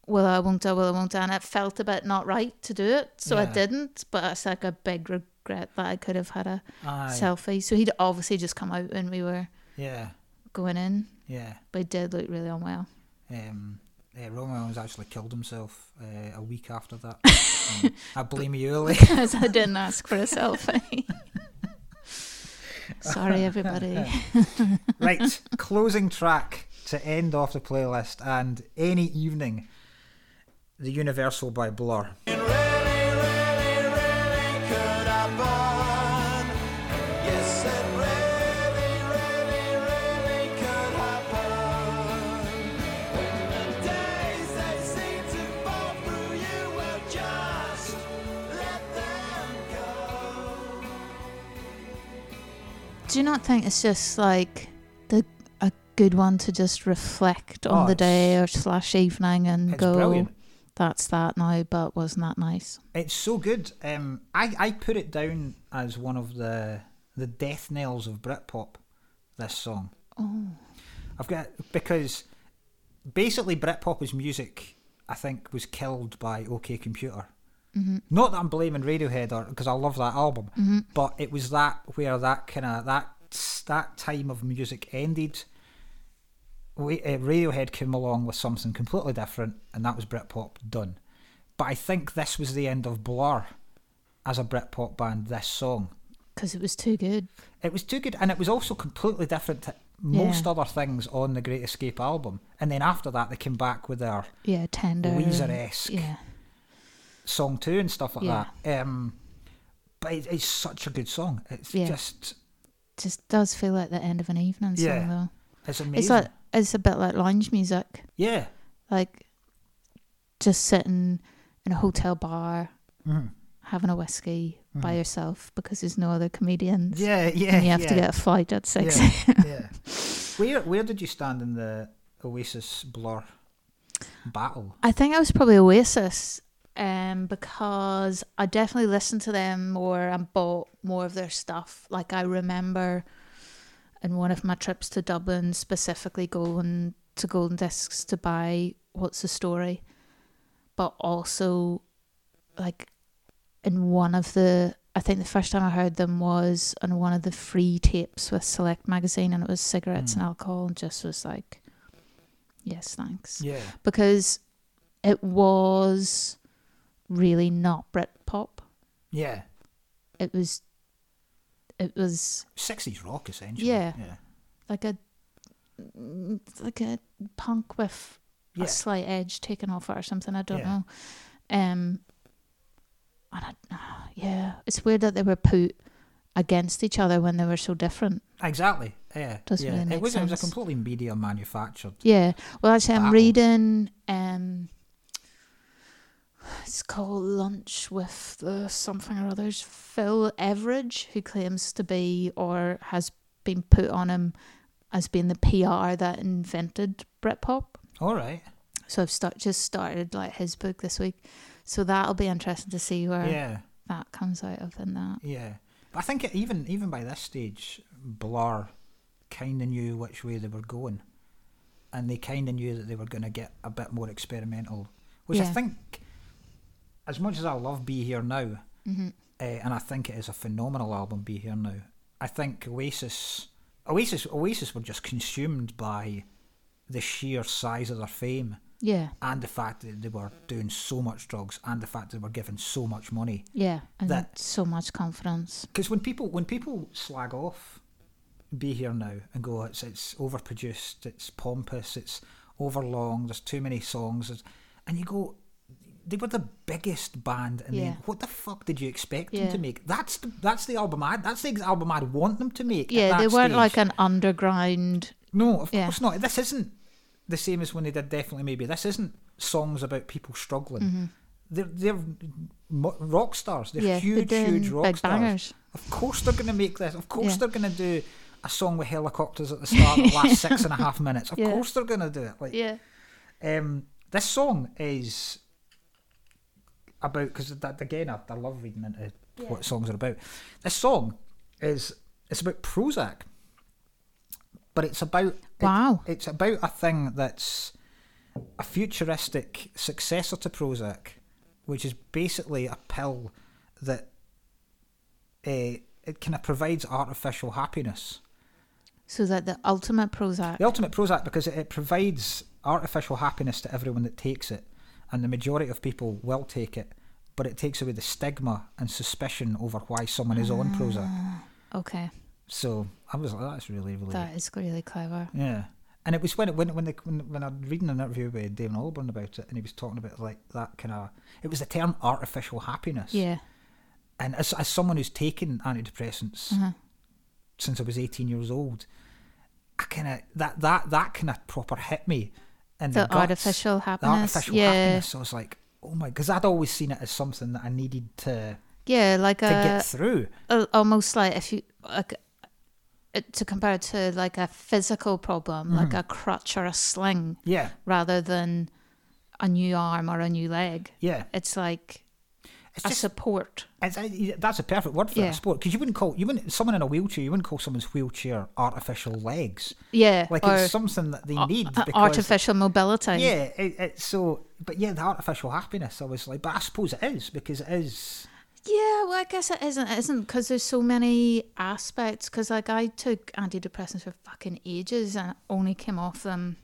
C: well, I won't, I will, I won't, and it felt a bit not right to do it, so I
B: Yeah.
C: didn't. But it's like a big regret that I could have had a
B: Aye.
C: selfie. So he'd obviously just come out when we were
B: Yeah.
C: going in,
B: Yeah.
C: but he did look really unwell.
B: Um, yeah, Roman Williams actually killed himself uh, a week after that. Um, I blame you, Uli.
C: because I didn't ask for a selfie. Sorry, everybody.
B: right, closing track to end off the playlist and any evening. The Universal by Blur.
C: Do you not think it's just like the a good one to just reflect on
B: Oh,
C: the
B: it's-
C: day or slash evening and
B: It's
C: go,
B: brilliant.
C: "That's that now," but wasn't that nice?
B: It's so good. Um, I, I put it down as one of the the death knells of Britpop. This song. Oh. I've got because basically Britpop is music. I think was killed by OK Computer. Not that I'm blaming Radiohead or because I love that album, but it was that where that kind of that that time of music ended. We, uh, Radiohead came along with something completely different, and that was Britpop done. But I think this was the end of Blur as a Britpop band. This song,
C: Because it was too good.
B: it was too good, and it was also completely different to most
C: Yeah.
B: other things on the Great Escape album. And then after that, they came back with their
C: Yeah, tender. and-
B: Weezer-esque.
C: Yeah,
B: song too and stuff like
C: Yeah.
B: that. Um, but it, it's such a good song. It's
C: Yeah.
B: just
C: just does feel like the end of an evening song
B: Yeah,
C: though.
B: it's amazing.
C: It's like it's a bit like lounge music,
B: yeah,
C: like just sitting in a hotel bar
B: Mhm.
C: having a whiskey by yourself because there's no other comedians.
B: Mm-hmm. yeah, yeah.
C: And you have
B: yeah.
C: to get a flight at six.
B: Yeah, yeah. Where where did you stand in the Oasis Blur battle?
C: I think I was probably Oasis um, because I definitely listened to them more and bought more of their stuff. Like I remember in one of my trips to Dublin, specifically going to Golden Discs to buy What's the Story, but also like in one of the I think the first time I heard them was on one of the free tapes with Select magazine, and it was cigarettes and alcohol, and just was like, yes, thanks
B: Yeah,
C: because it was really not Britpop.
B: yeah.
C: It was, it was
B: Sixties rock essentially.
C: Yeah.
B: yeah,
C: like a like a punk with
B: Yeah.
C: a slight edge taken off it or something. I don't
B: Yeah.
C: know. Um, and I, yeah, it's weird that they were put against each other when they were so different.
B: exactly. Yeah,
C: Doesn't
B: yeah.
C: really
B: it
C: make
B: was it was
C: sense.
B: a completely media manufactured.
C: Yeah. Well, actually, I'm
B: Battle.
C: reading. Um, it's called Lunch with the something or others. Phil Everidge, who claims to be or has been put on him as being the PR that invented Britpop.
B: All right.
C: So I've start, just started like his book this week. So that'll be interesting to see where
B: Yeah,
C: that comes out of in that.
B: yeah. But I think it, even even by this stage, Blur kind of knew which way they were going, and they kind of knew that they were going to get a bit more experimental, which I
C: Yeah.
B: think, as much as I love Be Here Now,
C: Mm-hmm.
B: uh, and I think it is a phenomenal album, Be Here Now. I think Oasis, Oasis, Oasis were just consumed by the sheer size of their fame
C: Yeah.
B: and the fact that they were doing so much drugs and the fact that they were given so much money.
C: Yeah. And
B: That-
C: so much confidence.
B: Because when people when people slag off, be here now and go, it's it's overproduced, it's pompous, it's overlong. There's too many songs, there's-" and you go, they were the biggest band, and
C: Yeah.
B: then what the fuck did you expect them
C: Yeah.
B: to make? That's the, that's the album I that's the ex- album I'd want them to make. at
C: Yeah, they
B: that
C: weren't
B: stage.
C: like an underground.
B: no, of
C: yeah.
B: course not. This isn't the same as when they did definitely maybe. This isn't songs about people struggling. They're they're mo- rock stars. They're
C: Mm-hmm. Yeah, they're
B: huge, huge
C: doing
B: rock
C: big
B: stars.
C: bangers.
B: Of course they're going to make this. Of course
C: Yeah.
B: they're going to do a song with helicopters at the start that lasts six and a half minutes. Of
C: Yeah.
B: course they're going to do it. Like
C: Yeah.
B: um, this song is about because that again I, I love reading into what songs are about. This song is it's about Prozac, but it's about it-
C: Wow.
B: it's about a thing that's a futuristic successor to Prozac, which is basically a pill that uh, it kind of provides artificial happiness.
C: So that the ultimate Prozac.
B: The ultimate Prozac because it, it provides artificial happiness to everyone that takes it, and the majority of people will take it, but it takes away the stigma and suspicion over why someone is on Prozac.
C: Okay,
B: So I was like, that's really, really
C: that is really clever.
B: Yeah, and it was when when when, they, when when I'm reading an interview with Damon Albarn about it, and he was talking about like that kind of it was the term artificial happiness.
C: Yeah.
B: And as as someone who's taken antidepressants
C: Uh-huh.
B: since I was 18 years old, I kind of that that that kind of proper hit me. And
C: The artificial happiness,
B: artificial
C: yeah.
B: happiness. I was like, oh my, because I'd always seen it as something that I needed to
C: Yeah, like
B: to
C: a,
B: get through.
C: a almost like if you like uh, to compare it to like a physical problem,
B: Mm-hmm.
C: like a crutch or a sling,
B: Yeah,
C: rather than a new arm or a new leg.
B: yeah.
C: It's like
B: It's
C: a
B: just
C: support.
B: It's, I- that's a perfect word for it,
C: Yeah.
B: a sport because you wouldn't call you wouldn't someone in a wheelchair you wouldn't call someone's wheelchair artificial legs
C: Yeah,
B: like
C: or
B: it's something that they
C: Oh. a-
B: need
C: a-
B: because
C: artificial mobility.
B: yeah it, it's so but yeah the artificial happiness I was like but I suppose it is because it is
C: Yeah, well, I guess it isn't. It isn't because there's so many aspects. Because like I took antidepressants for fucking ages and only came off them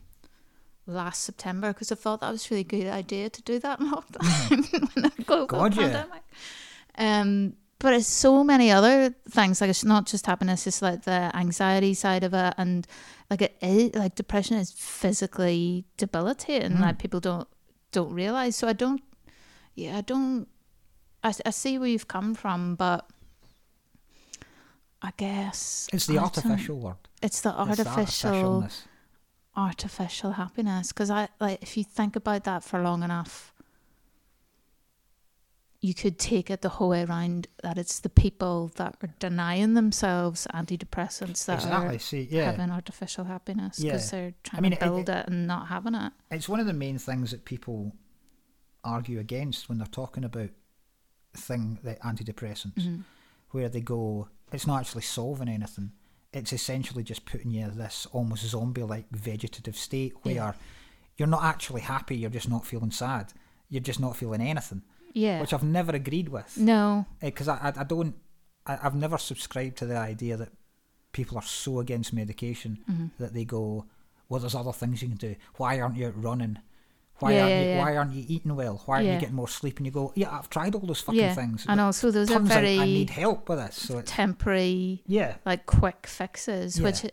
C: last September because I thought that was a really good idea to do that in lockdown when I go
B: God, yeah.
C: pandemic. Um, but it's so many other things. Like it's not just happiness. It's like the anxiety side of it, and like it is like depression is physically debilitating. Like people don't don't realize. So I don't. Yeah, I don't I, I see where you've come from, but I guess
B: it's the
C: I don't-
B: artificial word
C: It's the
B: It's the
C: artificial,
B: artificialness.
C: artificial happiness. Because I like if you think about that for long enough, you could take it the whole way around that it's the people that are denying themselves antidepressants that
B: exactly
C: are
B: see yeah
C: having artificial happiness
B: Yeah.
C: because they're trying
B: mean,
C: to
B: it-
C: build it and not having it.
B: it's one of the main things that people argue against when they're talking about thing the antidepressants where they go it's not actually solving anything it's essentially just putting you in this almost zombie like vegetative state where you're not actually happy you're just not feeling sad you're just not feeling anything
C: Yeah.
B: which i've never agreed with
C: no.
B: because Eh, I, I, I don't I, I've never subscribed to the idea that people are so against medication
C: Mm-hmm.
B: that they go well there's other things you can do why aren't you out running why
C: Yeah,
B: aren't
C: yeah,
B: you
C: yeah.
B: why aren't you eating well why aren't
C: Yeah.
B: you getting more sleep and you go yeah I've tried all those fucking
C: Yeah.
B: things
C: And
B: but
C: also those are
B: turns out I
C: very
B: need help with this so it's,
C: temporary
B: yeah
C: like quick fixes,
B: Yeah.
C: which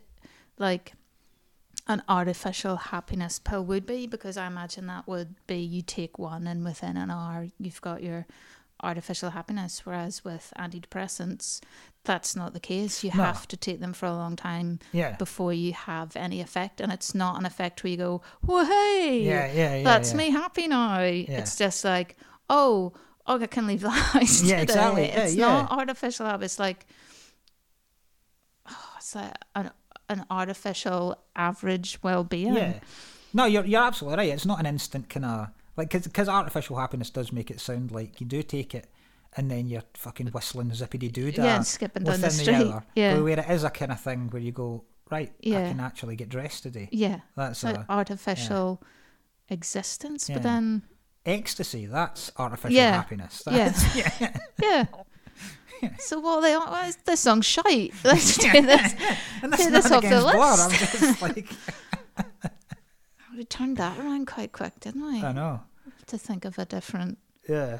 C: like an artificial happiness pill would be, because I imagine that would be you take one and within an hour you've got your artificial happiness. Whereas with antidepressants, that's not the case. You
B: No.
C: have to take them for a long time
B: yeah
C: before you have any effect, and it's not an effect where you go, "Whoa, hey,
B: yeah yeah yeah
C: that's
B: yeah.
C: me happy now." It's just like, oh, oh, I can leave the house.
B: Yeah,
C: today.
B: exactly. Yeah,
C: it's
B: yeah.
C: not artificial love. It's like, oh, it's like an an artificial average well being.
B: yeah no you're you're absolutely right it's not an instant kind of like because artificial happiness does make it sound like you do take it and then you're fucking whistling zippity doo dah
C: Yeah, and skipping down the
B: within
C: street.
B: hour.
C: Yeah.
B: But where it is a kind of thing where you go right
C: Yeah.
B: I can actually get dressed today
C: Yeah,
B: that's
C: it's like
B: a,
C: artificial existence.
B: Yeah.
C: But then,
B: ecstasy that's artificial
C: Yeah.
B: happiness
C: yeah,
B: that's,
C: yeah. So what are they on? Why is this song shite? Let's do this.
B: and that's
C: Yeah,
B: not
C: that's off the
B: against Blur,
C: list.
B: I'm just like
C: We turned that around quite quick, didn't we?
B: I know
C: to think of a different.
B: yeah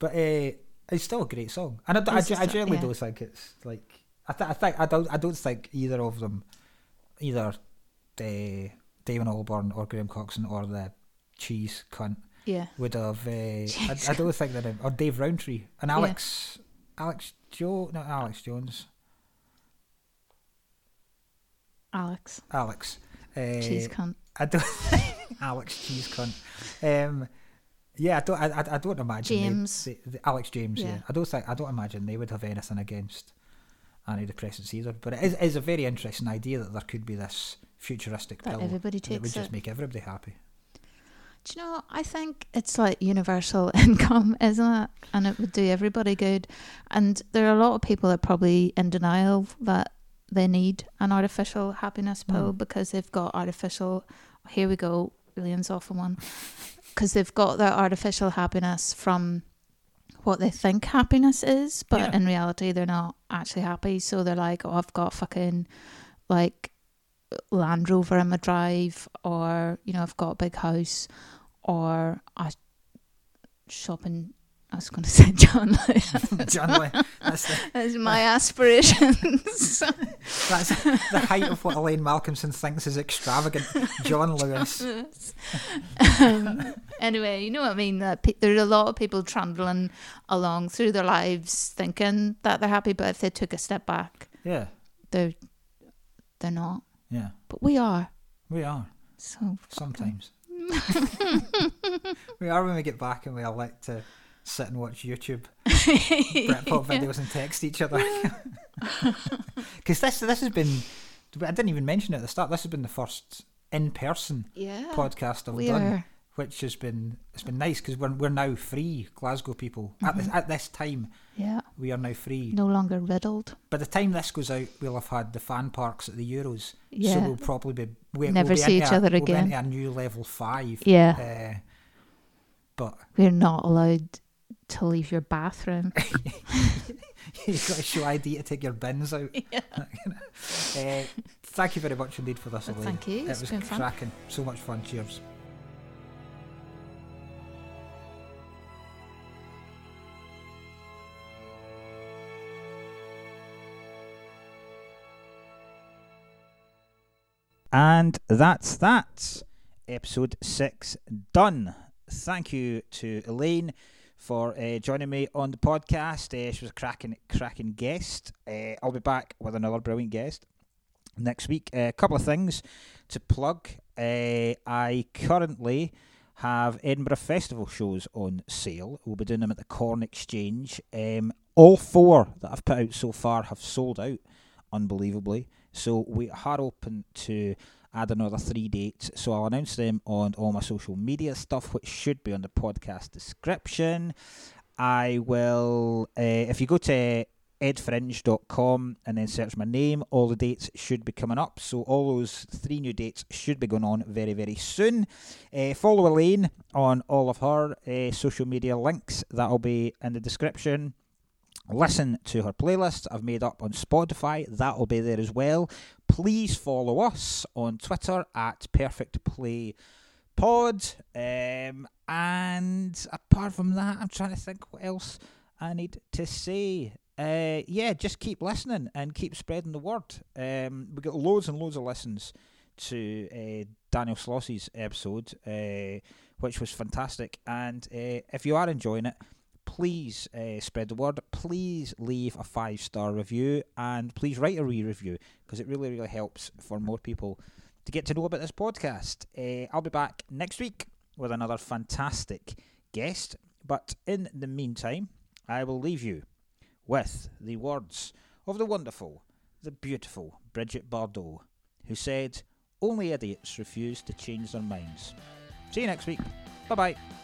B: but uh, it's still a great song and I, d- I
C: It's
B: ge-
C: just
B: I
C: a-
B: generally
C: yeah.
B: do think it's like I, th- I think I don't I don't think either of them either uh, Damon Albarn or Graham Coxon or the cheese cunt
C: Yeah.
B: would have. Uh, I, I don't think that or Dave Rowntree and Alex, Alex Joe, no Alex Jones,
C: Alex,
B: Alex. Uh,
C: cheese cunt.
B: I don't Alex cheese cunt. Um, yeah, I don't. I, I- I don't imagine they-
C: James.
B: They, they- Alex James. Yeah.
C: Yeah.
B: I don't think. I don't imagine they would have anything against antidepressants either. But it is, is a very interesting idea that there could be this futuristic
C: That
B: pill
C: everybody
B: that would
C: takes
B: just
C: it.
B: make everybody happy.
C: Do you know, I think it's like universal income, isn't it? And it would do everybody good. And there are a lot of people that are probably in denial that they need an artificial happiness pill because they've got artificial, here we go, Williams often one because they've got their artificial happiness from what they think happiness is, but
B: Yeah.
C: in reality they're not actually happy. So they're like, "Oh, I've got fucking like Land Rover in my drive, or you know, I've got a big house, or I shop in." I was going to say John. Lewis.
B: John Lewis. That's, the,
C: That's my aspirations.
B: that's the height of what Elaine Malcolmson thinks is extravagant. John Lewis.
C: um, anyway, you know what I mean. That pe- there are a lot of people trundling along through their lives thinking that they're happy, but if they took a step back,
B: Yeah,
C: they're they're not.
B: yeah.
C: But we are.
B: We are
C: So
B: sometimes. we are when we get back and we elect to sit and watch YouTube Britpop videos and text each other. Because this this has been, I didn't even mention it at the start. This has been the first in person
C: yeah,
B: podcast I've
C: Ah, we
B: done,
C: are.
B: which has been it's been nice because we're we're now free Glasgow people at this at this time.
C: yeah,
B: We are now free.
C: Mm-hmm. no longer riddled.
B: By the time this goes out, we'll have had the fan parks at the Euros, so
C: Yeah.
B: we'll probably be we,
C: Never
B: we'll be
C: see
B: into
C: each
B: a-
C: other
B: we'll be
C: again.
B: into a new level five.
C: Yeah,
B: Uh, but
C: we're not allowed to leave your bathroom.
B: you've got to show ID to take your bins out. Uh, thank you very much indeed for this,
C: Well,
B: Elaine.
C: thank you.
B: It
C: It's
B: was
C: been fun.
B: cracking. So much fun. Cheers. And that's that. Episode six done. Thank you to Elaine for uh, joining me on the podcast. Uh, she was a cracking, cracking guest. Uh, I'll be back with another brilliant guest next week. A couple of things to plug. Uh, I currently have Edinburgh Festival shows on sale. We'll be doing them at the Corn Exchange. Um, all four that I've put out so far have sold out, unbelievably. So we are open to add another three dates. So I'll announce them on all my social media stuff, which should be on the podcast description. I will, uh, if you go to edfringe.com and then search my name. All the dates should be coming up. So, all those three new dates should be going on very, very soon. Uh, follow Elaine on all of her uh, social media links. That'll be in the description. Listen to her playlist I've made up on Spotify. That'll be there as well. Please follow us on Twitter at Perfect Play Pod. Um, and apart from that, I'm trying to think what else I need to say. Uh, yeah, just keep listening and keep spreading the word. Um, we got loads and loads of listens to uh, Daniel Slossy's episode, uh, which was fantastic. And uh, if you are enjoying it, please uh, spread the word. Please leave a five star review and please write a re review because it really, really helps for more people to get to know about this podcast. Uh, I'll be back next week with another fantastic guest. But in the meantime, I will leave you with the words of the wonderful, the beautiful Bridget Bardot, who said, Only idiots refuse to change their minds. See you next week. Bye bye.